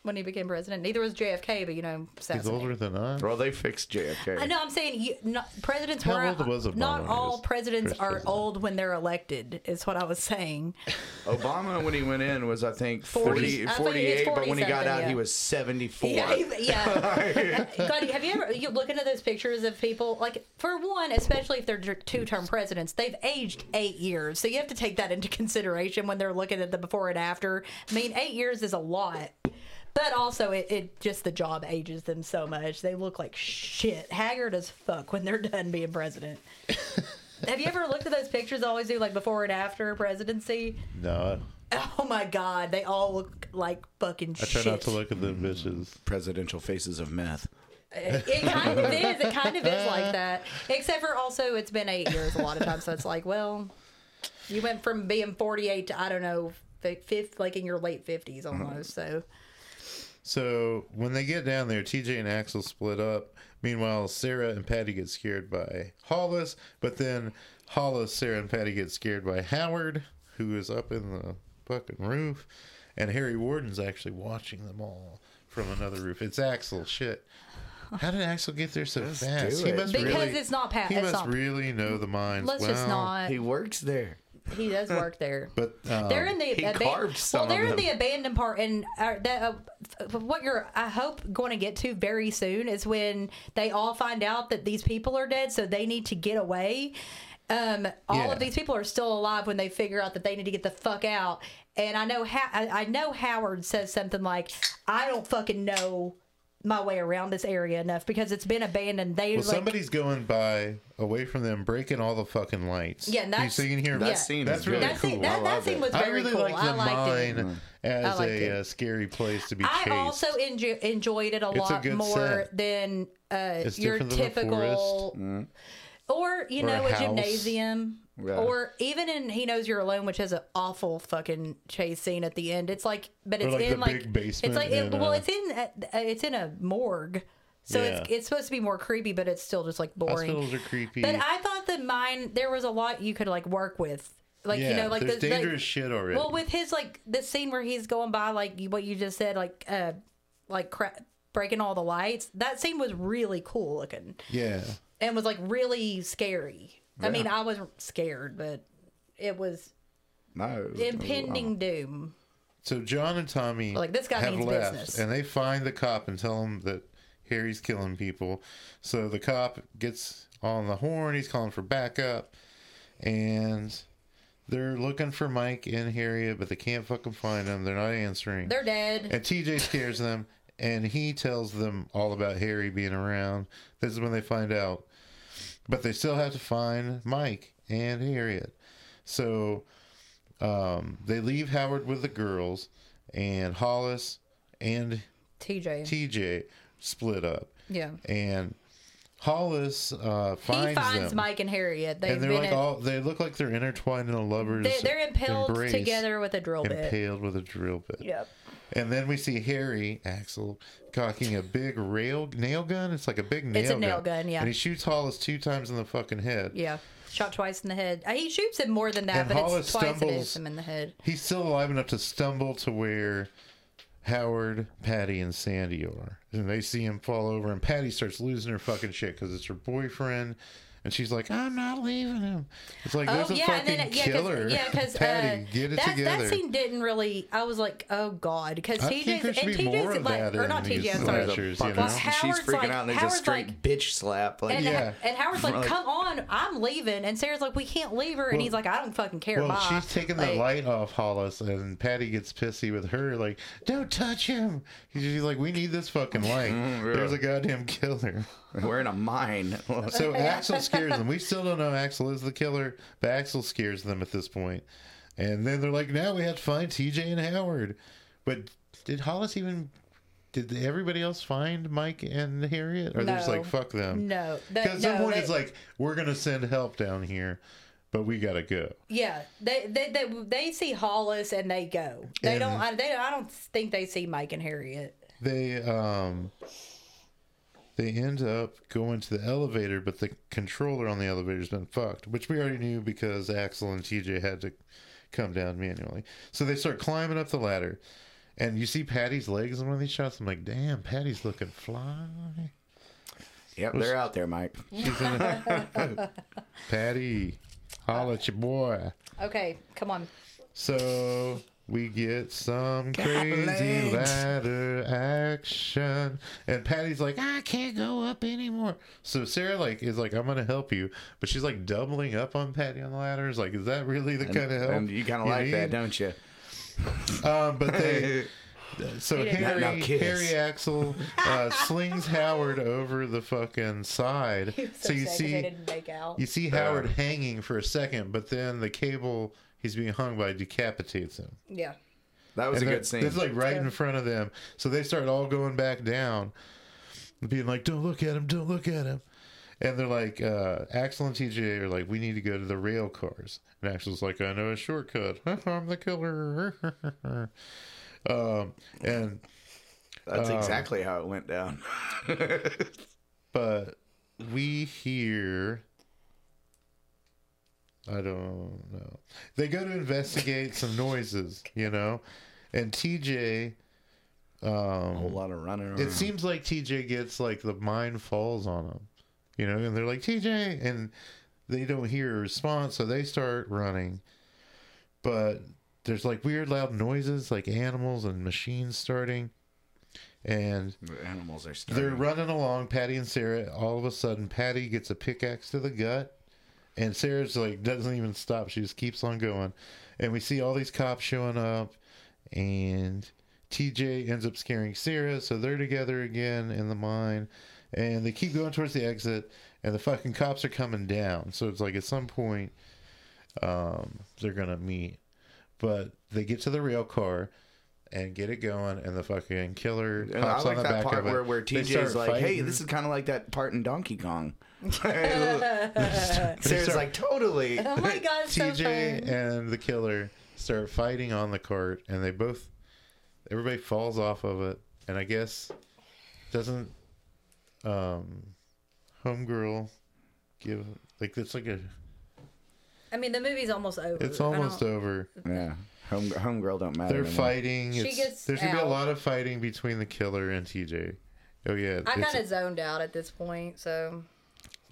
S1: when he became president. Neither was JFK, but you know,
S3: He's
S1: assassinated.
S3: older than us.
S2: Well, they fixed JFK.
S1: I know. I'm saying you, not, presidents
S3: How
S1: were
S3: old was Obama
S1: not
S3: when he
S1: all
S3: was
S1: presidents
S3: first
S1: are
S3: president?
S1: old when they're elected. Is what I was saying.
S2: Obama, when he went in, was I think
S1: 40. I
S2: 40,
S1: thought he was
S2: 48, but when he
S1: 40
S2: got out,
S1: something, yeah.
S2: he was seventy-four.
S1: Yeah, he- yeah. God, have you ever you look into those pictures of people? Like for one, especially if they're two term presidents, they've aged eight years. So you have to take that into consideration when they're looking at the before and after. I mean, eight years is a lot. But also, it, it just the job ages them so much. They look like shit, haggard as fuck when they're done being president. Have you ever looked at those pictures? I always do like before and after presidency.
S3: No,
S1: Oh my god, they all look like fucking
S3: I try
S1: shit.
S3: not to look at them bitches.
S2: Presidential faces of meth.
S1: It kind of is. It kind of is like that. Except for also, it's been eight years a lot of times. So it's like, well, you went from being 48 to, I don't know, fi- fifth, like in your late 50s almost. So
S3: So when they get down there, TJ and Axel split up. Meanwhile, Sarah and Patty get scared by Hollis, but then Hollis, Sarah, and Patty get scared by Howard, who is up in the fucking roof, and Harry Warden's actually watching them all from another roof. It's Axel. Shit. How did Axel get there so
S2: Let's
S3: fast?
S2: do it.
S1: Because
S3: really,
S1: it's not pa-
S3: He
S1: it's
S3: must
S1: not-
S3: really know the mines.
S1: let's just
S3: Wow.
S1: not.
S2: He works there.
S1: He does work there.
S3: But um,
S1: They're in the
S4: Uh, He
S1: aban-
S4: carved
S1: well.
S4: some
S1: They're
S4: of
S1: in
S4: them.
S1: the abandoned part, and uh, that uh, f- f- what you're I hope going to get to very soon is when they all find out that these people are dead, so they need to get away. Um, all
S3: Yeah.
S1: of these people are still alive when they figure out that they need to get the fuck out. And I know how I, I know Howard says something like, "I don't fucking know." My way around this area enough because it's been abandoned. They
S3: well,
S1: like,
S3: somebody's going by away from them, breaking all the fucking lights.
S1: Yeah, and that's-
S3: so you can hear
S1: That
S3: them.
S1: Yeah. scene
S2: is
S3: That's really
S1: that
S3: cool.
S1: scene, that,
S4: I
S1: that
S4: love
S1: scene
S4: it.
S1: was
S3: I
S1: very
S3: really
S1: cool.
S3: liked
S1: I
S3: the
S1: liked it.
S3: mine as
S1: liked
S3: a
S1: it.
S3: uh, scary place to be chased.
S1: I also enjo- enjoyed it a
S3: a
S1: lot
S3: good
S1: more
S3: set.
S1: than uh,
S3: It's
S1: your
S3: different than a
S1: typical, or you
S3: Or a
S1: know, a,
S3: house.
S1: gymnasium,
S2: Yeah.
S1: or even in He Knows You're Alone, which has an awful fucking chase scene at the end. It's like, but it's
S3: like,
S1: in
S3: the
S1: like
S3: big basement
S1: It's like it,
S3: in, uh,
S1: well, it's in a, it's in a morgue, so it's
S3: Yeah.
S1: it's supposed to be more creepy, but it's still just like boring.
S3: hospitals are creepy.
S1: But I thought that mine there was a lot you could like work with, like
S3: yeah,
S1: you know, like
S3: there's
S1: the, like-
S3: dangerous shit already.
S1: well, with his like the scene where he's going by, like you- what you just said, like uh, like cra- breaking all the lights. That scene was really cool looking
S3: yeah,
S1: and was like really scary. I mean, I was scared, but it was
S2: No, it was-
S1: impending doom.
S3: So John and Tommy
S1: Like, this guy
S3: have
S1: means
S3: left,
S1: business.
S3: and they find the cop and tell him that Harry's killing people. So the cop gets on the horn. He's calling for backup, and they're looking for Mike and Harriet, but they can't fucking find them. They're not answering.
S1: They're dead.
S3: and TJ scares them, and he tells them all about Harry being around. This is when they find out, but they still have to find Mike and Harriet. So um, they leave Howard with the girls, and Hollis and
S1: TJ.
S3: TJ split up,
S1: yeah.
S3: and Hollis uh, finds,
S1: he finds
S3: them.
S1: Mike and Harriet. They've
S3: and they're
S1: been
S3: like
S1: in-
S3: all they look like they're intertwined in a lover's
S1: they, they're impaled
S3: embrace,
S1: together with a drill bit.
S3: impaled with a drill bit.
S1: Yep.
S3: And then we see Harry Axel cocking a big rail nail gun. It's like a big nail.
S1: a nail gun, yeah.
S3: And he shoots Hollis two times in the fucking head.
S1: Yeah. Shot twice in the head. Uh, He shoots him more than that,
S3: And
S1: but
S3: Hollis
S1: it's twice it
S3: stumbles-
S1: is him in the head.
S3: He's still alive enough to stumble to where Howard, Patty, and Sandy are, and they see him fall over. And Patty starts losing her fucking shit because it's her boyfriend. And she's like, "I'm not leaving him." It's
S1: Oh,
S3: like there's a fucking killer.
S1: Cause, yeah, because
S3: Patty,
S1: uh,
S3: get it
S1: that,
S3: together.
S1: that scene didn't really. I was like, oh god, because
S3: I think there
S1: TJ's
S3: should
S1: and
S3: be more
S1: TJ's
S3: of
S1: like,
S3: that
S1: or
S3: in
S1: not
S3: these
S1: TJ, I'm
S3: slashers,
S1: sorry.
S3: you know?
S1: Well,
S4: she's
S1: Howard's
S4: freaking
S1: like-
S4: out, and there's
S1: Howard's
S4: a straight
S1: like-
S4: bitch slap. Like,
S1: And,
S3: Yeah.
S1: and Howard's like,
S4: Like-
S1: come on, I'm leaving. And Sarah's like, we can't leave her. And he's like, I don't fucking care.
S3: Well,
S1: bye.
S3: she's taking the
S1: Like,
S3: light off Hollis, and Patty gets pissy with her, like, "Don't touch him." She's like, "We need this fucking light. There's a goddamn killer."
S2: We're in a mine.
S3: So Axel scares them. We still don't know Axel is the killer, but Axel scares them at this point. And then they're like, "Now we have to find TJ and Howard." But did Hollis even? Did everybody else find Mike and Harriet? Or they're just
S1: No.
S3: like, "Fuck them."
S1: No, the,
S3: Because
S1: no,
S3: at some point
S1: they-
S3: it's like, "We're gonna send help down here, but we gotta go."
S1: yeah, they they, they they see Hollis and they go. They
S3: And-
S1: don't. I, they, I don't think they see Mike and Harriet.
S3: they um they end up going to the elevator but the controller on the elevator's been fucked which we already knew because axel and tj had to come down manually so they start climbing up the ladder and you see patty's legs in one of these shots i'm like damn patty's looking fly
S2: yep, they're out there, Mike.
S3: she's in a- patty holla at your boy
S1: Okay, come on.
S3: So we get some crazy
S2: legs.
S3: ladder action, and Patty's like, "I can't go up anymore." So Sarah like is like, "I'm gonna help you," but she's like doubling up on Patty on the ladder. Is like, is that really the kind of help?
S2: And you kind of like that,
S3: need?
S2: don't you?
S3: Um, but they. So
S1: didn't
S3: Harry,
S2: Now kiss.
S3: Harry Axel uh, slings Howard over the fucking side.
S1: He was
S3: So you
S1: upset 'cause they
S3: see,
S1: didn't make out.
S3: you see Howard hanging for a second, but then the cable he's being hung by decapitates him.
S1: yeah.
S2: That was a
S3: And
S2: good
S3: they're-
S2: scene.
S3: It's like right in front of them. So they start all going back down, being like, "Don't look at him! Don't look at him!" And they're like, uh, Axel and TJ are like, "We need to go to the rail cars." And Axel's like, "I know a shortcut. I'm the killer." um, and uh,
S2: That's exactly how it went down.
S3: but we hear. I don't know. They go to investigate some noises, you know, and TJ. Um,
S2: A lot of running around.
S3: It seems like TJ gets like the mind falls on him, you know, and they're like TJ, and they don't hear a response, so they start running, but there's like weird loud noises like animals and machines starting and
S2: The animals are
S3: they're
S2: starving.
S3: running along patty and sarah all of a sudden patty gets a pickaxe to the gut and sarah's like doesn't even stop she just keeps on going and we see all these cops showing up and tj ends up scaring sarah so they're together again in the mine and they keep going towards the exit and the fucking cops are coming down so it's like at some point um, they're gonna meet but they get to the rail car and get it going, and the fucking killer
S2: And I
S3: pops
S2: like
S3: on the
S2: that
S3: back
S2: part
S3: of it.
S2: where, where
S3: They
S2: TJ's
S3: start
S2: like, hey,
S3: fighting.
S2: this is kind of like that part in Donkey Kong. Sarah's like, totally.
S1: Oh my god, it's so
S3: TJ
S1: fun.
S3: and the killer start fighting on the cart, and they both everybody falls off of it, and I guess doesn't um homegirl give like it's like a
S1: I mean, the movie's almost over.
S3: it's
S1: I
S3: almost
S1: don't-
S3: over.
S2: Yeah. Home, homegirl don't matter.
S3: They're
S2: no more.
S3: fighting.
S1: She
S3: It's,
S1: gets
S3: there's gonna be a
S1: out.
S3: lot of fighting between the killer and TJ. Oh yeah,
S1: I
S3: it's-
S1: kind of zoned out at this point, so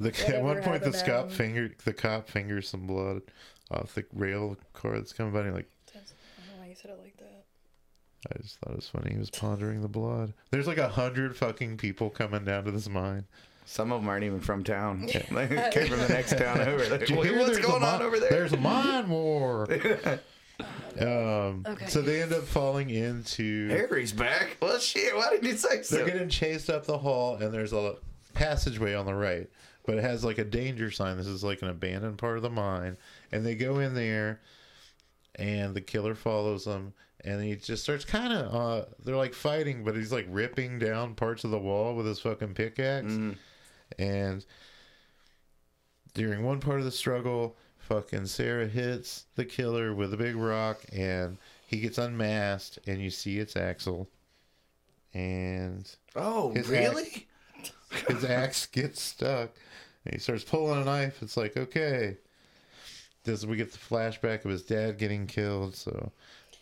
S3: The, at one
S1: Whatever
S3: point, the
S1: happened to
S3: cop
S1: him.
S3: finger the cop fingers some blood off the rail car that's coming by. And he, like
S1: you said it like that.
S3: I just thought it was funny. He was pondering the blood. There's like a hundred fucking people coming down to this mine.
S2: Some of them aren't even from town. they came from the next town over. They're Like,
S3: Did you
S2: "Wait,
S3: hear
S2: what's
S3: there's a
S2: going on
S3: mi-
S2: over there?
S3: There's a mine war. um,
S1: Okay.
S3: So they end up falling into.
S2: Harry's back. Well, shit. Why didn't you say so?
S3: They're getting chased up the hall, and there's a passageway on the right, but it has like a danger sign. This is like an abandoned part of the mine, and they go in there, and the killer follows them, and he just starts kind of. Uh, they're like fighting, but he's like ripping down parts of the wall with his fucking pickaxe,
S2: Mm. Mm-hmm.
S3: and during one part of the struggle, fucking Sarah hits the killer with a big rock, and he gets unmasked, and you see it's Axel. And
S2: oh,
S3: His
S2: really?
S3: his axe gets stuck and he starts pulling a knife it's like okay this we get the flashback of his dad getting killed so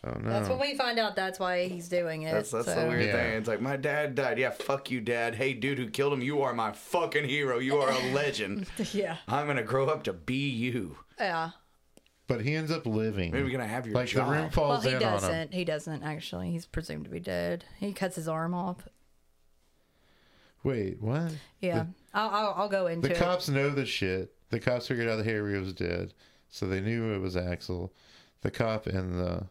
S3: i don't know
S1: That's when we find out that's why he's doing it.
S2: That's that's the
S1: so-
S2: weird
S3: Yeah.
S2: thing. It's like my dad died. Yeah, fuck you, dad. Hey, dude, who killed him? You are my fucking hero. You are a legend.
S1: Yeah,
S2: I'm gonna grow up to be you.
S1: yeah.
S3: but he ends up living
S2: Maybe we're gonna have your
S3: like
S2: job.
S3: the room
S1: Well,
S3: falls
S1: he
S3: in on him
S1: doesn't. He doesn't actually. He's presumed to be dead. He cuts his arm off.
S3: wait what
S1: Yeah, I'll, I'll I'll go into
S3: the
S1: it.
S3: cops know the shit the cops figured out that harry was dead so they knew it was axel the cop and the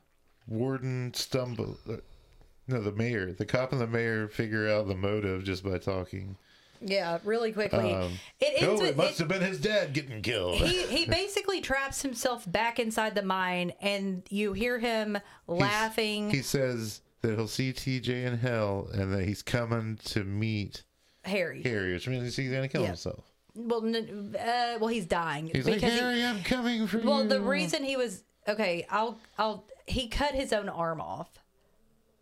S3: warden stumble uh, no the mayor the cop and the mayor figure out the motive just by talking
S1: Yeah, really quickly.
S3: Um,
S1: it
S3: oh
S1: ends
S3: it
S1: with-
S3: must
S1: it-
S3: have been his dad getting killed
S1: he, he basically traps himself back inside the mine, and you hear him
S3: He's-
S1: laughing.
S3: He says that he'll see TJ in hell and that he's coming to meet
S1: Harry.
S3: Harry, which means he's going to kill
S1: Yeah.
S3: himself.
S1: Well, n- uh, well, he's dying
S3: He's like,
S1: he-
S3: Harry, I'm coming for
S1: well,
S3: you.
S1: the reason he was okay, I'll I'll he cut his own arm off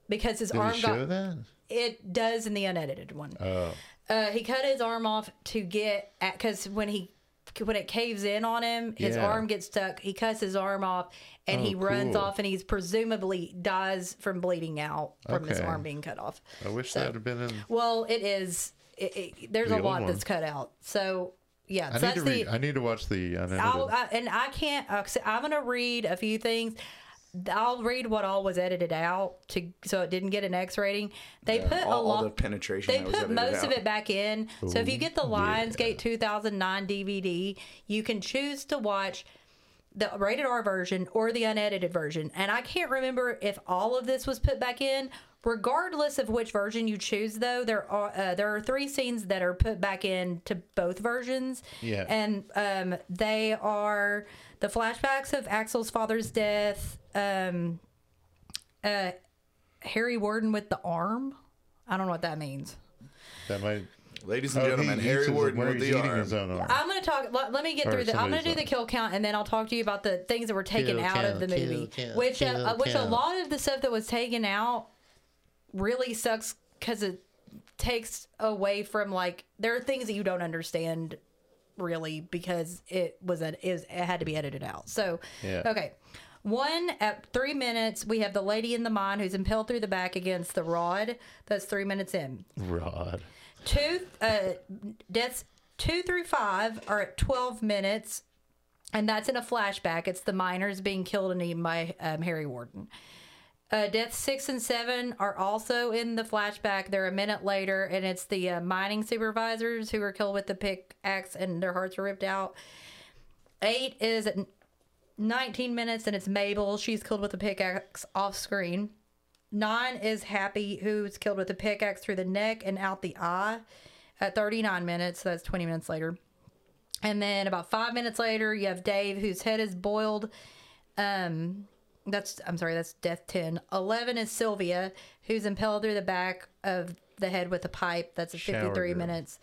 S1: because his
S3: Did
S1: arm
S3: he show
S1: got
S3: that?
S1: it does in the unedited one.
S3: Oh.
S1: Uh, he cut his arm off to get at because when he when it caves in on him, his
S3: Yeah.
S1: arm gets stuck. He cuts his arm off and he
S3: Oh,
S1: runs
S3: cool.
S1: off, and he's presumably dies from bleeding out from his
S3: Okay.
S1: arm being cut off.
S3: I wish
S1: So-
S3: that had been in.
S1: Well, it is. It, it, there's
S3: The
S1: a
S3: old
S1: lot
S3: one.
S1: that's cut out. So yeah,
S3: I
S1: so
S3: need
S1: that's
S3: to read.
S1: the
S3: I need to watch the unedited.
S1: I'll, I, and I can't. uh, so I'm gonna read a few things. I'll read what all was edited out to so it didn't get an X rating. They put a
S2: all, all the
S1: lot.
S2: penetration.
S1: They
S2: that was
S1: put
S2: edited
S1: most
S2: out.
S1: of it back in. So if you get the Lionsgate 2009 DVD, you can choose to watch the rated R version or the unedited version. And I can't remember if all of this was put back in. Regardless of which version you choose, though, there are uh, there are three scenes that are put back in to both versions.
S3: Yeah.
S1: and um, they are the flashbacks of Axel's father's death. Um, uh, Harry Warden with the arm. I don't know what that means.
S3: that might.
S2: Ladies and
S3: Oh,
S2: gentlemen,
S3: he eats
S2: Harry
S3: his-
S2: Warden
S3: where
S2: with
S3: he's
S2: the
S3: eating
S2: arm.
S3: his uh, own arm.
S1: I'm gonna talk. Let, let me get
S3: Or
S1: through this. I'm gonna do
S3: somebody's
S1: the
S3: up.
S1: kill count, and then I'll talk to you about the things that were taken
S3: Kill
S1: out of
S3: count,
S1: the
S3: kill
S1: movie.
S3: count,
S1: which, uh,
S3: kill
S1: uh, which a
S3: count.
S1: lot of the stuff that was taken out really sucks because it takes away from like there are things that you don't understand really because it was an is it had to be edited out. So
S3: Yeah.
S1: okay. One at three minutes, we have the lady in the mine who's impaled through the back against the rod. That's three minutes in
S3: Rod.
S1: two uh, deaths two through five are at 12 minutes and that's in a flashback. It's the miners being killed and eaten by um, Harry Warden. Uh, death six and seven are also in the flashback. They're a minute later, and it's the uh, mining supervisors who are killed with the pickaxe and their hearts are ripped out. Eight is at 19 minutes, and it's Mabel. She's killed with a pickaxe off screen. Nine is Happy, who's killed with a pickaxe through the neck and out the eye at 39 minutes. So that's 20 minutes later. And then about five minutes later, you have Dave, whose head is boiled. Um, that's I'm sorry, that's death 10. 11 is Sylvia, who's impaled through the back of the head with a pipe. That's at
S3: Shower
S1: 53
S3: girl.
S1: minutes.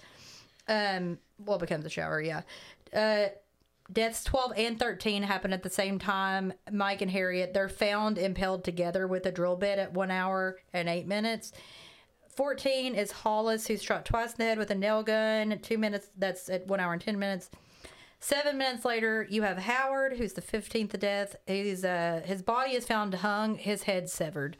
S1: Um, well, it becomes a shower, yeah. Uh, deaths 12 and 13 happen at the same time. Mike and Harriet, they're found impaled together with a drill bit at one hour and eight minutes. 14 is Hollis, who's shot twice in the head with a nail gun. Two minutes, that's at one hour and 10 minutes. Seven minutes later, you have Howard, who's the 15th to death. He's, uh, his body is found hung, his head severed.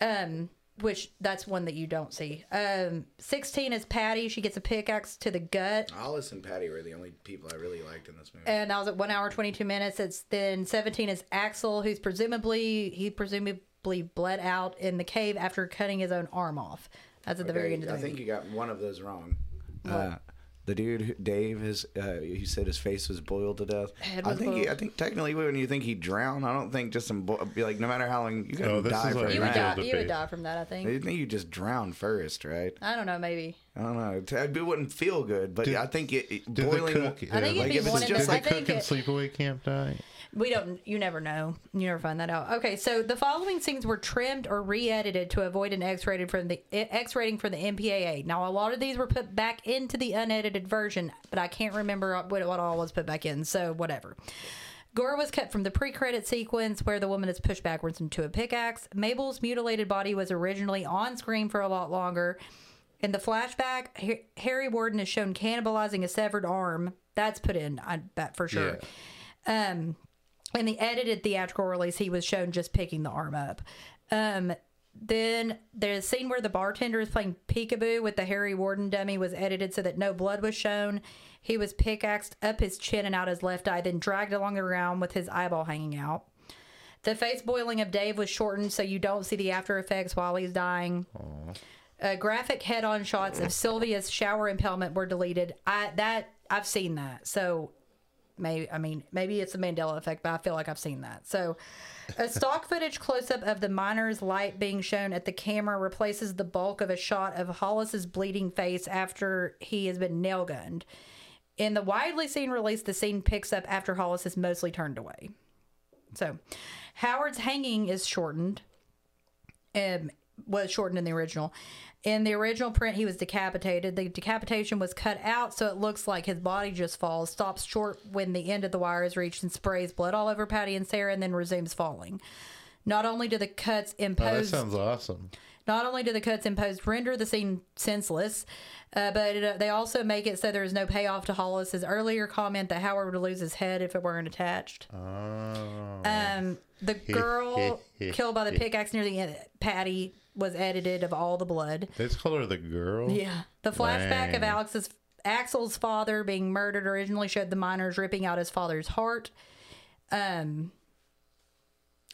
S1: Um, which that's one that you don't see. Um, 16 is Patty. She gets a pickaxe to the gut.
S2: Hollis and Patty were the only people I really liked in this movie.
S1: and that was at one hour twenty two minutes. It's then seventeen is Axel, who's presumably he presumably bled out in the cave after cutting his own arm off. That's at the very
S2: Okay,
S1: end of the
S2: I think
S1: movie.
S2: you got one of those wrong. Uh, the dude, who- Dave, his uh, he said his face was boiled to death.
S1: Head
S2: I
S1: was
S2: think he, I
S1: boiled.
S2: think technically when you think he drowned, I don't think just some bo- be like no matter how long you can
S3: Oh, this
S2: die
S3: is
S2: from
S3: like
S1: You
S2: that.
S1: would die.
S3: Debate.
S1: You would die from that. I think.
S2: I think you just drown first, right?
S1: I don't know. Maybe.
S2: I don't know. It- It wouldn't feel good, but
S3: Did-
S2: I think it, it
S3: Did
S2: boiling.
S3: the cook?
S1: I think it'd
S2: like
S1: be
S2: if it's
S1: one in
S2: just
S1: the,
S2: like
S1: I
S3: cook
S1: think
S3: in
S1: it,
S3: sleepaway camp die?
S1: we don't. You never know. You never find that out. Okay. So the following scenes were trimmed or re-edited to avoid an X rated from the X rating for the MPAA. Now a lot of these were put back into the unedited version, but I can't remember what, what all was put back in. So whatever. Gore was cut from the pre credit sequence where the woman is pushed backwards into a pickaxe. Mabel's mutilated body was originally on screen for a lot longer. In the flashback, Ha- Harry Warden is shown cannibalizing a severed arm. That's put in, I bet for sure. Um, in the edited theatrical release, he was shown just picking the arm up. Um, then there's a scene where the bartender is playing peekaboo with the Harry Warden dummy was edited so that no blood was shown. He was pickaxed up his chin and out his left eye, then dragged along the ground with his eyeball hanging out. The face boiling of Dave was shortened so you don't see the after effects while he's dying. Uh, graphic head-on shots of Sylvia's shower impalement were deleted. I that I've seen that. So maybe I mean maybe it's a Mandela effect, but I feel like I've seen that. So a stock footage close up of the miner's light being shown at the camera replaces the bulk of a shot of Hollis's bleeding face after he has been nail gunned. In the widely seen release, the scene picks up after Hollis is mostly turned away. So Howard's hanging is shortened. Um, was shortened in the original. In the original print, he was decapitated. The decapitation was cut out, so it looks like his body just falls, stops short when the end of the wire is reached, and sprays blood all over Patty and Sarah, and then resumes falling. Not only do the cuts
S3: Oh, that
S1: impose
S3: sounds awesome.
S1: not only do the cuts imposed render the scene senseless, uh, but it, uh, they also make it so there is no payoff to Hollis's earlier comment that Howard would lose his head if it weren't attached.
S3: Oh.
S1: Um, the girl killed by the pickaxe near the end, Patty, was edited of all the blood.
S3: They just call her the girl.
S1: Yeah. The flashback of
S3: Dang.
S1: Alex's Axel's father being murdered originally showed the miners ripping out his father's heart. Um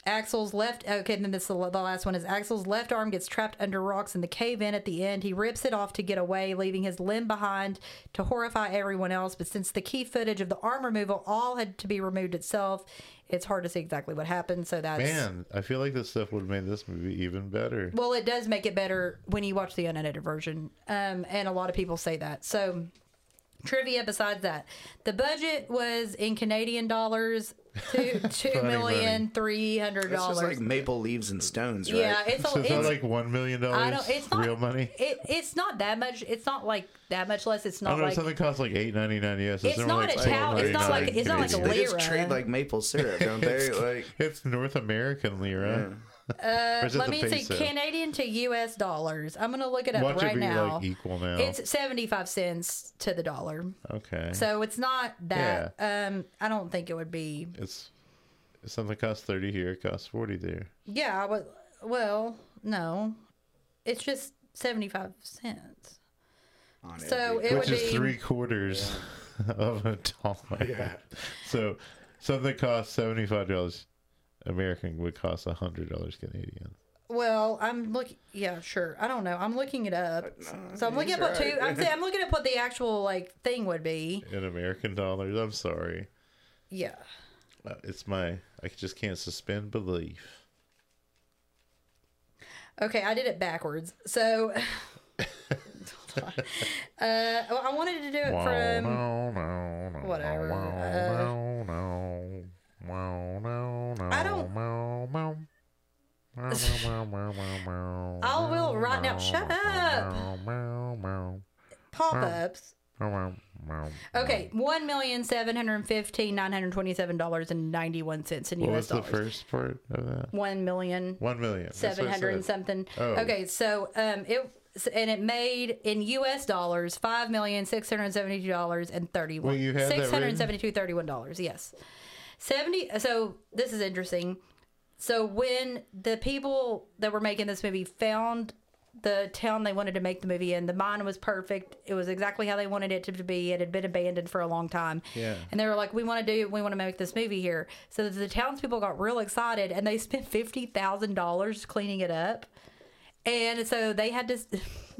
S1: Axel's left okay, and then this is the la- the last one is Axel's left arm gets trapped under rocks in the cave in at the end. He rips it off to get away, leaving his limb behind to horrify everyone else. But since the key footage of the arm removal all had to be removed itself, it's hard to see exactly what happened. So that's
S3: Man, I feel like this stuff would have made this movie even better.
S1: well, it does make it better when you watch the unedited version, um, and a lot of people say that. So, trivia. Besides that, the budget was in Canadian dollars, two two
S3: Funny
S1: million three hundred
S2: It's just like
S1: dollars.
S2: maple leaves and stones, right?
S1: Yeah, it's
S3: So
S1: a,
S3: is that
S1: it's,
S3: like one million dollars?
S1: I don't. It's not
S3: real money.
S1: It, it's not that much. It's not like that much less. It's
S3: I
S1: not
S3: don't know.
S1: like
S3: something costs like eight ninety nine US.
S1: It's
S3: somewhere
S1: not a towel- it's not like- it's not like a
S3: $12.99.
S1: lira.
S2: They just trade like maple syrup, don't they? Like
S3: It's North American lira. Uh,
S1: let me see Canadian to U.S. dollars. I'm gonna look it up
S3: Watch
S1: right
S3: it be
S1: now.
S3: like e, equal now.
S1: It's seventy five cents to the dollar,
S3: okay.
S1: so it's not that. Um, I don't think it would be.
S3: it's if something costs thirty here. It costs forty there.
S1: Yeah, I would. Well, no, it's just seventy five cents.
S2: on
S1: So
S2: every-
S1: it
S3: Which
S1: would
S3: is
S1: be
S3: three quarters. of a doll like
S4: Yeah.
S3: that. So something costs seventy five dollars American would cost hundred dollars Canadian.
S1: Well, I'm look. Yeah, sure. I don't know. I'm looking it up. so I'm looking up what two. I'm, saying- I'm looking up what the actual like thing would be.
S3: In American dollars, I'm sorry.
S1: Yeah.
S3: Uh, It's my I just can't suspend belief.
S1: Okay, I did it backwards. So. uh, well, I wanted to do it from.
S3: Wow, no, no, no,
S1: whatever,
S3: wow,
S1: uh,
S3: no, no, wow, no, no,
S1: I don't-
S3: wow, wow. Wow, wow, wow, wow, wow,
S1: I will
S3: wow,
S1: right now.
S3: wow,
S1: Shut
S3: wow, wow, wow,
S1: Pop ups.
S3: wow, wow, wow.
S1: Okay, one million seven hundred fifteen nine hundred twenty-seven dollars and ninety-one cents in
S3: What
S1: U.S.
S3: was the
S1: dollars.
S3: first part of that?
S1: One million
S3: One million. That's what I
S1: seven hundred and
S3: said.
S1: something.
S3: Oh.
S1: Okay, so um, it and it made in U.S. dollars five million six hundred seventy-two dollars and thirty-one.
S3: Well, you had that written?
S1: six hundred seventy-two thirty-one dollars. Yes, seventy. So this is interesting. So when the people that were making this movie found the town they wanted to make the movie in, the mine was perfect. It was exactly how they wanted it to be. It had been abandoned for a long time.
S3: Yeah.
S1: And they were like, "We want to do. We want to make this movie here." So the townspeople got real excited, and they spent fifty thousand dollars cleaning it up. And so they had to.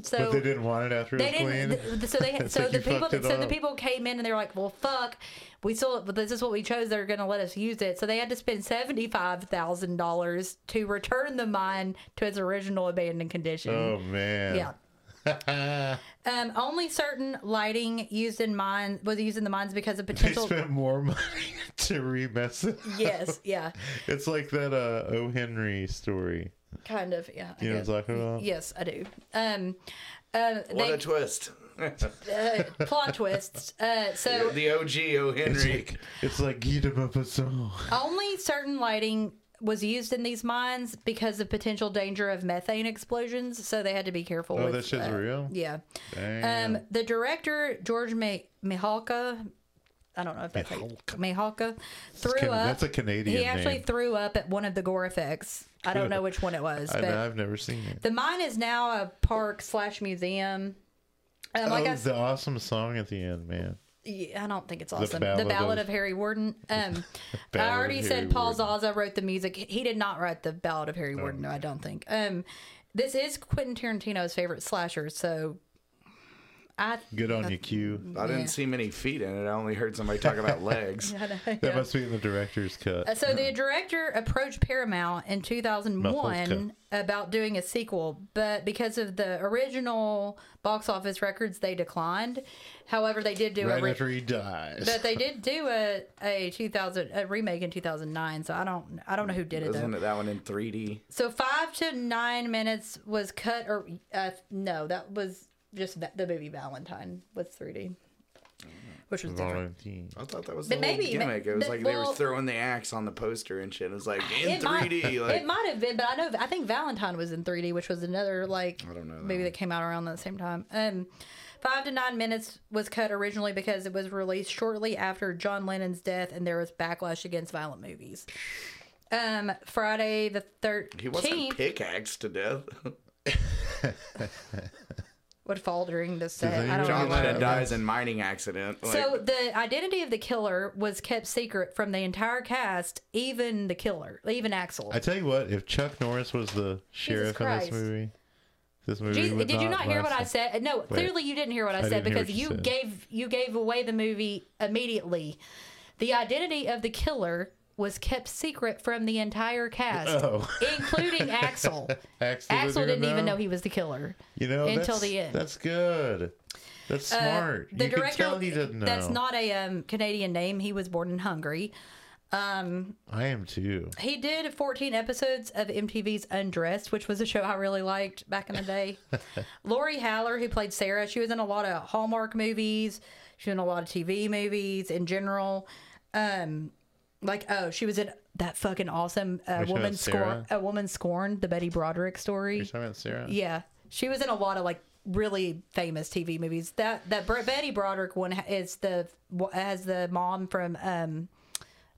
S1: So
S3: But they didn't want it after it
S1: they
S3: was clean.
S1: didn't. th- so they
S3: It's
S1: so
S3: like
S1: the
S3: you
S1: people
S3: fucked it
S1: so the
S3: up.
S1: people came in and they were like, well, fuck, we still but this is what we chose. They're going to let us use it. So they had to spend seventy five thousand dollars to return the mine to its original abandoned condition.
S3: Oh man.
S1: Yeah. um, only certain lighting used in mines was used in the mines because of
S3: They
S1: potential.
S3: spent more money to remess it.
S1: yes, yeah,
S3: It's like that uh, O. Henry story.
S1: kind of, yeah. I
S3: You know what I'm
S1: guess.
S3: talking about?
S1: Yes, I do. Um, uh,
S2: What
S1: they,
S2: a twist.
S1: uh, plot twists. Uh, so
S2: the OG O.
S3: It's
S2: Henry.
S3: like it's like Guy de Maupassant.
S1: Only certain lighting was used in these mines because of potential danger of methane explosions, so they had to be careful.
S3: Oh,
S1: with,
S3: that shit's
S1: uh,
S3: real.
S1: Yeah.
S3: Damn.
S1: Um, the director George Mi- Mihalka, I don't know if that's
S3: Mihalka.
S1: Mihalka, threw
S3: Can-
S1: up.
S3: that's a Canadian
S1: he actually
S3: name.
S1: threw up at one of the gore effects. I don't know which one it was,
S3: I
S1: but
S3: know, I've never seen it.
S1: the mine is now a park slash museum. Um, like
S3: oh,
S1: I, s-
S3: the awesome song at the end, man.
S1: Yeah, I don't think it's awesome. The Ballad,
S3: Ballad
S1: of,
S3: of-
S1: Harry Warden. Um, I
S3: Ballad
S1: already
S3: of
S1: said
S3: Harry
S1: Paul
S3: Warden. Oh.
S1: Zaza wrote the music. He did not write the Ballad of Harry Warden. No, I don't think. Um, this is Quentin Tarantino's favorite slasher, so I.
S3: Good on you, Q.
S2: I didn't see many feet in it. I only heard somebody talk about legs.
S1: I don't
S3: That
S1: know.
S3: must be in the director's cut.
S1: Uh, So the director approached Paramount in 2001 about doing a sequel, but because of the original box office records, they declined. However, they did do
S3: right
S1: a re-
S3: after he dies.
S1: But they did do a a 2000 a remake in 2009, so I don't I don't know who did it
S2: Isn't
S1: though.
S2: it that one in 3D?
S1: So five to nine minutes was cut, or uh, no, that was just va- the movie Valentine was 3D, which was different.
S3: Valentine.
S2: I thought that was the
S1: But
S2: whole
S1: maybe-
S2: gimmick. It was
S1: but-
S2: like they
S1: well-
S2: were throwing the axe on the poster and shit. It was like in
S1: It might-
S2: 3D.
S1: it
S2: like
S1: might have been, but I know I think Valentine was in 3D, which was another like
S2: I don't know that
S1: maybe
S2: one.
S1: that came out around the same time. Um, five to nine minutes was cut originally because it was released shortly after John Lennon's death, and there was backlash against violent movies. Um, Friday the
S2: he wasn't
S1: thirteenth
S2: pickaxed to death.
S1: would fall during this set.
S3: anyone
S1: I don't
S3: get
S2: John
S1: know.
S3: that?
S2: Lennon dies in mining accident. Like,
S1: So the identity of the killer was kept secret from the entire cast, even the killer, even Axel.
S3: I tell you what, if Chuck Norris was the sheriff in
S1: Christ.
S3: this movie, this movie
S1: Jesus-
S3: would
S1: did you not hear what
S3: last
S1: I said? No, clearly you didn't hear what I, said
S3: didn't hear
S1: because
S3: what
S1: you
S3: you said.
S1: gave you gave away the movie immediately. The identity of the killer was kept secret from the entire cast,
S3: Oh.
S1: including Axel.
S3: Axel,
S1: Axel didn't even know he was the killer.
S3: You know,
S1: until
S3: that's-
S1: the end. Uh,
S3: That's good. That's smart.
S1: The
S3: you
S1: director
S3: can tell he doesn't know.
S1: that's not a um, Canadian name. He was born in Hungary.
S3: I am too.
S1: He did 14 episodes of MTV's Undressed, which was a show I really liked back in the day. Lori Haller, who played Sarah, she was in a lot of Hallmark movies. She was in a lot of TV movies in general. Um, like oh, she was in that fucking awesome uh,
S3: Which one,
S1: woman
S3: Sarah?
S1: scorn, a woman scorned, the Betty Broderick
S3: You're
S1: story.
S3: talking about Sarah?
S1: Yeah, she was in a lot of like really famous TV movies. That that Bre- Betty Broderick one ha- is the has the mom from um,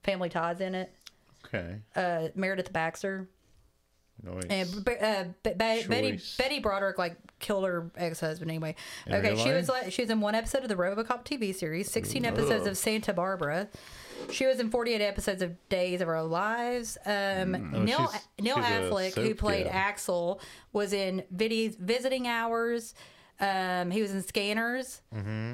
S1: Family Ties in it
S3: Okay.
S1: uh, Meredith Baxter.
S3: Nice.
S1: And B- uh, B- Be- Betty
S3: Choice.
S1: Betty Broderick like killed her ex husband anyway.
S3: In
S1: okay,
S3: real
S1: she
S3: life?
S1: was like, she was in one episode of the RoboCop TV series, sixteen episodes of Santa Barbara. She was in forty eight episodes of Days of Our Lives. Um, Neil
S3: Mm. Oh, she's-
S1: Neil
S3: she's a
S1: Affleck, who
S3: soap
S1: played
S3: gal.
S1: Axel, was in Viddy's Visiting Hours. Um, he was in Scanners.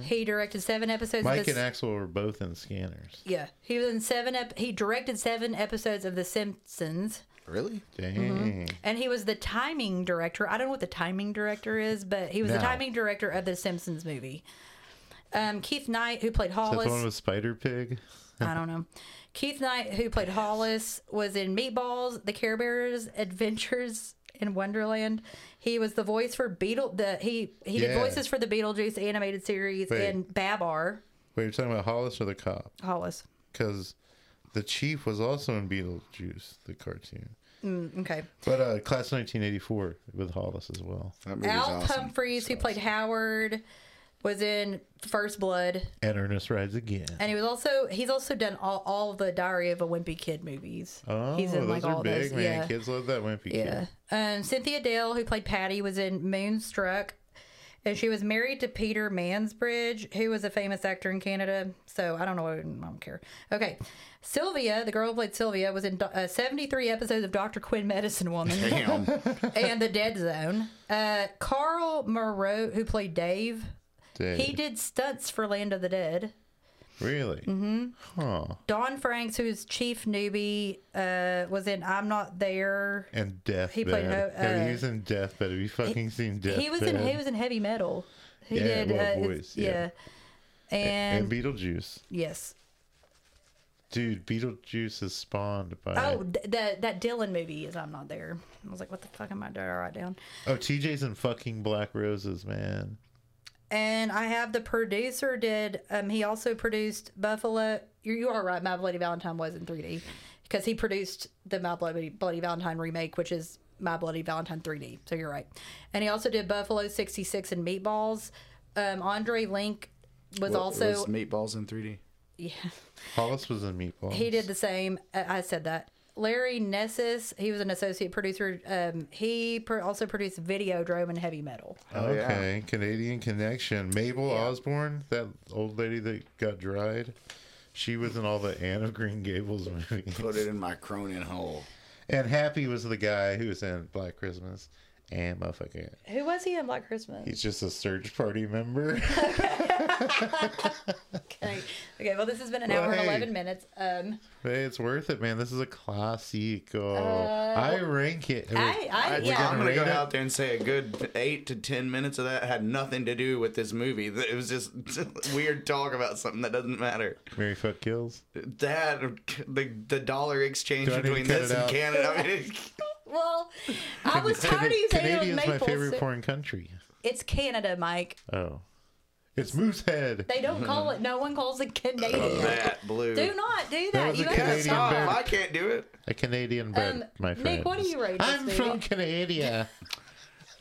S1: He directed seven episodes.
S3: Mm-hmm.
S1: of
S3: Mike
S1: the
S3: and Axel were both in scanners.
S1: yeah, he was in seven. Ep- he directed seven episodes of The Simpsons.
S2: Really?
S3: Dang.
S1: And he was the timing director. I don't know what the timing director is, but he was the
S3: No.
S1: timing director of the Simpsons movie. Um, Keith Knight, who played
S3: Is that the one
S1: Hollis,
S3: with Spider Pig?
S1: I don't know. Keith Knight, who played Hollis, was in Meatballs, The Care Bears, Adventures in Wonderland. He was the voice for Beetle. The he he did
S3: Yeah.
S1: voices for the Beetlejuice animated series
S3: Wait.
S1: and Babar.
S3: Wait, you're talking about Hollis or the cop?
S1: Hollis.
S3: Because the chief was also in Beetlejuice, the cartoon.
S1: Okay.
S3: But uh, class 1984 with Hollis as well.
S2: That movie's
S1: Al
S2: awesome.
S1: Humphreys, who played Howard, was in First Blood.
S3: And Ernest Rides Again.
S1: And he was also he's also done all, all the Diary of a Wimpy Kid movies.
S3: oh,
S1: he's
S3: those are
S1: of
S3: big, man.
S1: Yeah.
S3: Kids love that wimpy
S1: Yeah.
S3: kid.
S1: Um, Cynthia Dale, who played Patty, was in Moonstruck, and she was married to Peter Mansbridge, who was a famous actor in Canada. So I don't know. I don't care. Okay. Sylvia, the girl who played Sylvia, was in do- uh, 73 episodes of Dr. Quinn Medicine Woman
S2: Damn.
S1: and The Dead Zone. Uh, Carl Moreau, who played Dave,
S3: Dave.
S1: he did stunts for Land of the Dead.
S3: Really? Mm-hmm. Huh.
S1: Don Franks, who's chief newbie, uh, was in I'm Not There.
S3: And Deathbed.
S1: He played Ho-
S3: Yeah,
S1: uh,
S3: he was in Deathbed. Have you fucking seen Deathbed?
S1: he was in he was in heavy metal. He
S3: Yeah,
S1: did
S3: well,
S1: uh, it's-
S3: voice,
S1: yeah.
S3: yeah.
S1: And,
S3: and Beetlejuice.
S1: yes.
S3: Dude, Beetlejuice is spawned by.
S1: Oh, th- that that Dylan movie is I'm not there. I was like, what the fuck am I doing? I write down.
S3: Oh, TJ's in fucking Black Roses, man.
S1: And I have the producer did. Um, he also produced Buffalo. You, you are right. My Bloody Valentine was in 3D because he produced the My Bloody, Bloody Valentine remake, which is My Bloody Valentine 3D. So you're right. And he also did Buffalo 66 and Meatballs. Um, Andre Link was
S2: What-
S1: also
S2: was meatballs in 3D.
S1: yeah.
S3: Hollis was in Meatballs.
S1: He did the same. I I said that. Larry Nessus, he was an associate producer. Um, he pro- also produced Videodrome and Heavy Metal.
S2: Oh, yeah.
S3: okay, Canadian connection. Mabel Osborne, that old lady that got dried. She was in all the Anne of Green Gables movies.
S2: Put it in my Cronin hole.
S3: And Happy was the guy who was in Black Christmas. And motherfucker,
S1: Who was he in Black Christmas?
S3: he's just a search party member.
S1: okay. okay, well, this has been an
S3: Well,
S1: hour and
S3: hey.
S1: 11 minutes. Um,
S3: hey, it's worth it, man. This is a classico. I rank it.
S1: Uh, I, I,
S2: I,
S1: yeah.
S2: am gonna
S3: Rate
S2: go
S3: it.
S2: out there and say a good eight to ten minutes of that had nothing to do with this movie. Th- It was just weird talk about something that doesn't matter.
S3: Mary fuck kills.
S2: That the the dollar exchange
S3: Do I need to
S2: between
S3: cut
S2: this
S3: it
S2: and
S3: out?
S2: Canada. I mean,
S1: well, I was tired of you saying it was
S3: Canada's my
S1: maple
S3: favorite
S1: syrup.
S3: foreign country.
S1: It's Canada, Mike.
S3: Oh, it's Moosehead.
S1: They don't call it. No one calls it Canadian.
S2: that blue.
S1: Do not do that.
S3: was a
S1: you have to
S3: Canadian
S1: stop.
S3: bear.
S2: Stop! I can't do it.
S3: A Canadian bird,
S1: Um,
S3: my
S1: Nick,
S3: friend.
S1: what do you rate this
S3: I'm
S1: movie?
S3: from Canada.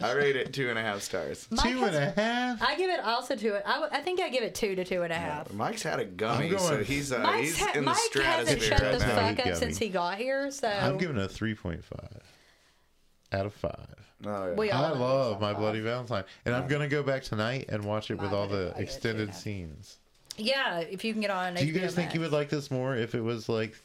S2: I rate it two and a half stars.
S1: Mike
S3: Two
S1: has-
S3: and a half.
S1: I give it also two. I, w- I think I give it two to two and a half.
S2: Mike's had a gummy,
S3: I'm going-
S2: so he's uh,
S1: Mike's
S2: he's
S1: ha-
S2: in the
S1: Mike hasn't
S2: stratosphere
S1: shut
S2: right
S1: the
S2: now.
S1: fuck
S3: He
S1: up
S3: got
S1: since
S3: me.
S1: he got here, so
S3: I'm giving it a 3.5 out of 5.
S2: Oh, yeah.
S1: we
S3: I
S1: all
S3: love My Bloody Valentine. And I'm going to go back tonight and watch it with all
S1: Bloody
S3: the
S1: Valentine,
S3: extended
S1: yeah.
S3: scenes.
S1: yeah. If you can get on,
S3: Do you guys think you would like this more if it was like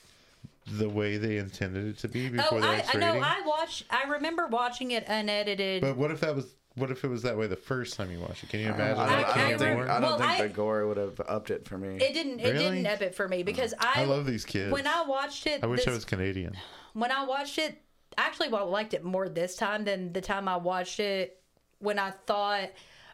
S3: the way they intended it to be before
S1: Oh,
S3: the
S1: I,
S3: X
S1: I know.
S3: rating?
S1: I watched. I remember watching it unedited.
S3: But what if that was what if it was that way the first time you watched it? Can you
S2: I don't,
S3: imagine? that
S2: I
S1: I
S2: don't
S3: can't
S2: think,
S1: remember-
S3: work?
S2: I don't
S1: well,
S2: think
S1: I-
S2: the gore would have upped it for me.
S1: it didn't. It
S3: Really? Oh.
S1: didn't up it for me because I,
S3: I love these kids.
S1: when I watched it.
S3: I wish I
S1: this-
S3: was Canadian.
S1: when I watched it. Actually, well, I liked it more this time than the time I watched it when I thought,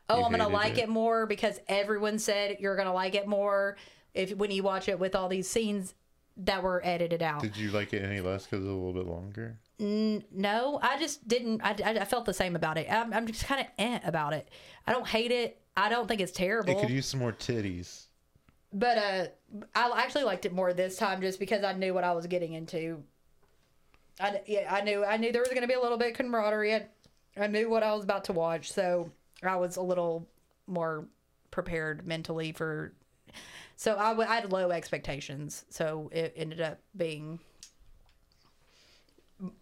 S1: "Oh,
S3: You
S1: I'm gonna
S3: hated
S1: like
S3: it.
S1: it more," because everyone said you're gonna like it more if when you watch it with all these scenes that were edited out.
S3: Did you like it any less because it was a little bit longer?
S1: No, I just didn't. I, I- I felt the same about it. I'm, I'm just kind of eh about it. I don't hate it. I don't think it's
S3: It
S1: terrible.
S3: could use some more titties.
S1: but uh, I actually liked it more this time just because I knew what I was getting into. I yeah, I knew I knew there was going to be a little bit of camaraderie. I, I knew what I was about to watch, so I was a little more prepared mentally for. So I, w- I had low expectations, so it ended up being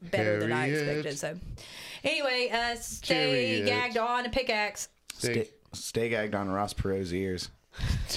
S1: better than I
S3: Harriet.
S1: expected. So, anyway, uh, stay
S3: Harriet.
S1: gagged on a pickaxe.
S3: Stay,
S2: Stay, stay gagged on Ross Perot's ears.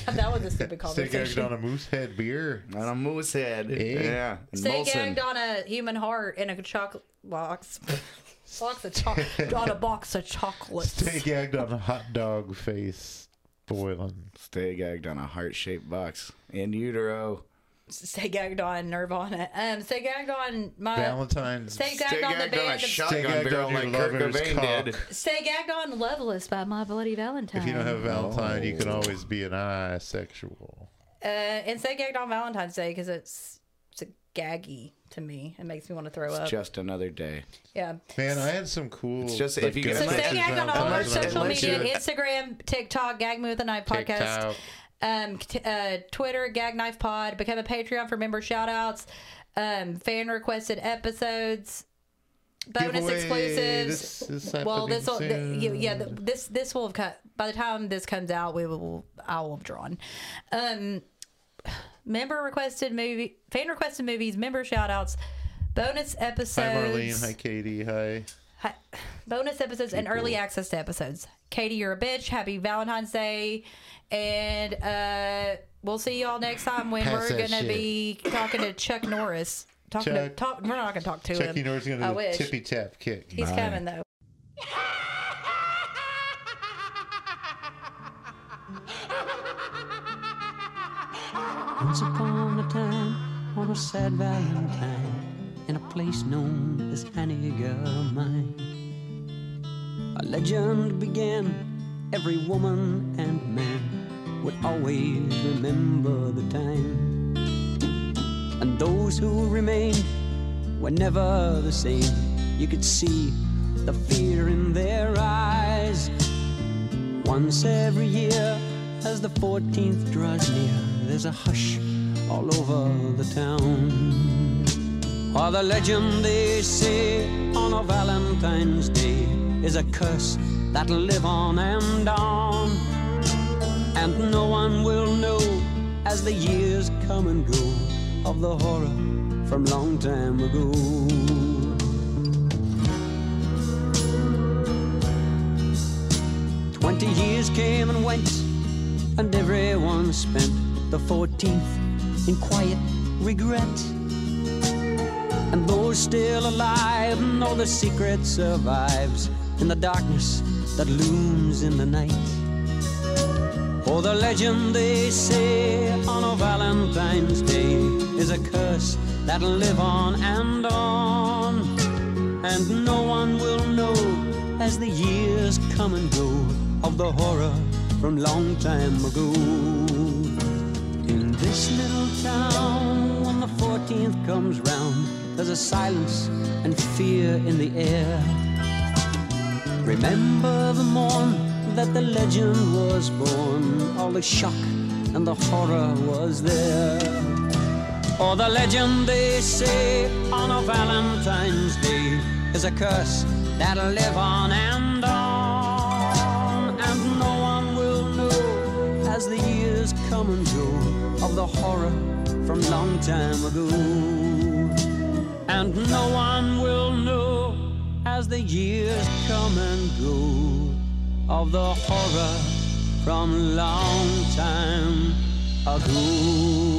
S1: that was a stupid
S3: stay gagged
S1: conversation.
S3: on a moose head beer.
S2: On a moose head.
S3: Eh?
S2: Yeah. And
S1: Stay
S2: Molson.
S1: gagged on a human heart in a chocolate box. box of cho- on a box of chocolates.
S3: Stay gagged on a hot dog face boiling.
S2: Stay gagged on a heart shaped box. In utero.
S1: Stay gagged on Nirvana. Um, stay gagged on my.
S3: Valentine's.
S1: Stay
S2: Stay
S1: gagged on the
S2: gagged on a
S1: band.
S3: Stay
S2: shotgun
S3: gagged
S2: barrel
S3: on your
S2: like Kurt
S3: lover's
S2: Cobain did.
S3: cock.
S1: Stay gagged on Loveless by My Bloody Valentine.
S3: If you don't have a Valentine, you can
S2: Oh.
S3: always be an asexual.
S1: uh, and stay gagged on Valentine's Day because it's it's a gaggy to me. It makes me want to throw up.
S2: It's just another day.
S1: yeah.
S3: Man, I had some cool.
S2: It's just if you
S3: good
S2: get
S1: So
S2: a
S3: pictures
S1: stay
S2: message
S1: gagged on all
S2: Valentine's
S1: our
S2: Day.
S1: social
S2: Let's
S1: media:
S2: do it.
S1: Instagram, TikTok, Gag Me with a Knife podcast,
S3: TikTok.
S1: um, t- uh, Twitter, Gag Knife Pod. Become a Patreon for member shoutouts, um, fan requested episodes, bonus
S3: Giveaway.
S1: exclusives.
S3: This is
S1: well,
S3: happening
S1: this will,
S3: soon.
S1: th- yeah, th- this this will have cut by the time this comes out. We will, I will have drawn. Um, member requested movie, fan requested movies, member shout outs, bonus episodes,
S3: Hi, Marlene. Hi, Katie. Hi.
S1: hi- bonus episodes, and early access to episodes. Katie, you're a bitch. Happy Valentine's Day, and uh, we'll see y'all next time when
S3: Pass
S1: we're
S3: that
S1: gonna
S3: shit.
S1: be talking to Chuck Norris. Talking to
S3: Chuck.
S1: talk, we're not gonna talk to him.
S3: Chucky Norris going
S1: I
S3: to do a
S1: wish.
S3: tippy tap kick.
S1: He's coming though.
S4: Once upon a time, on a sad Valentine, in a place known as Mine, a legend began. Every woman and man would always remember the time. And those who remained were never the same. You could see the fear in their eyes. Once every year, as the 14th draws near, there's a hush all over the town. Or the legend they say on a Valentine's Day is a curse that'll live on and on. And no one will know as the years come and go of the horror from long time ago. 20 years came and went, and everyone spent the 14th in quiet regret. And those still alive know the secret survives in the darkness that looms in the night. Oh, the legend they say on a Valentine's Day is a curse that'll live on and on and no one will know as the years come and go of the horror from long time ago. In this little town, when the 14th comes round, there's a silence and fear in the air. Remember the morn that the legend was born, all the shock and the horror was there. Or the legend they say on a Valentine's Day is a curse that'll live on and on. And no one will know as the years come and go of the horror from long time ago. And no one will know as the years come and go of the horror from long time ago.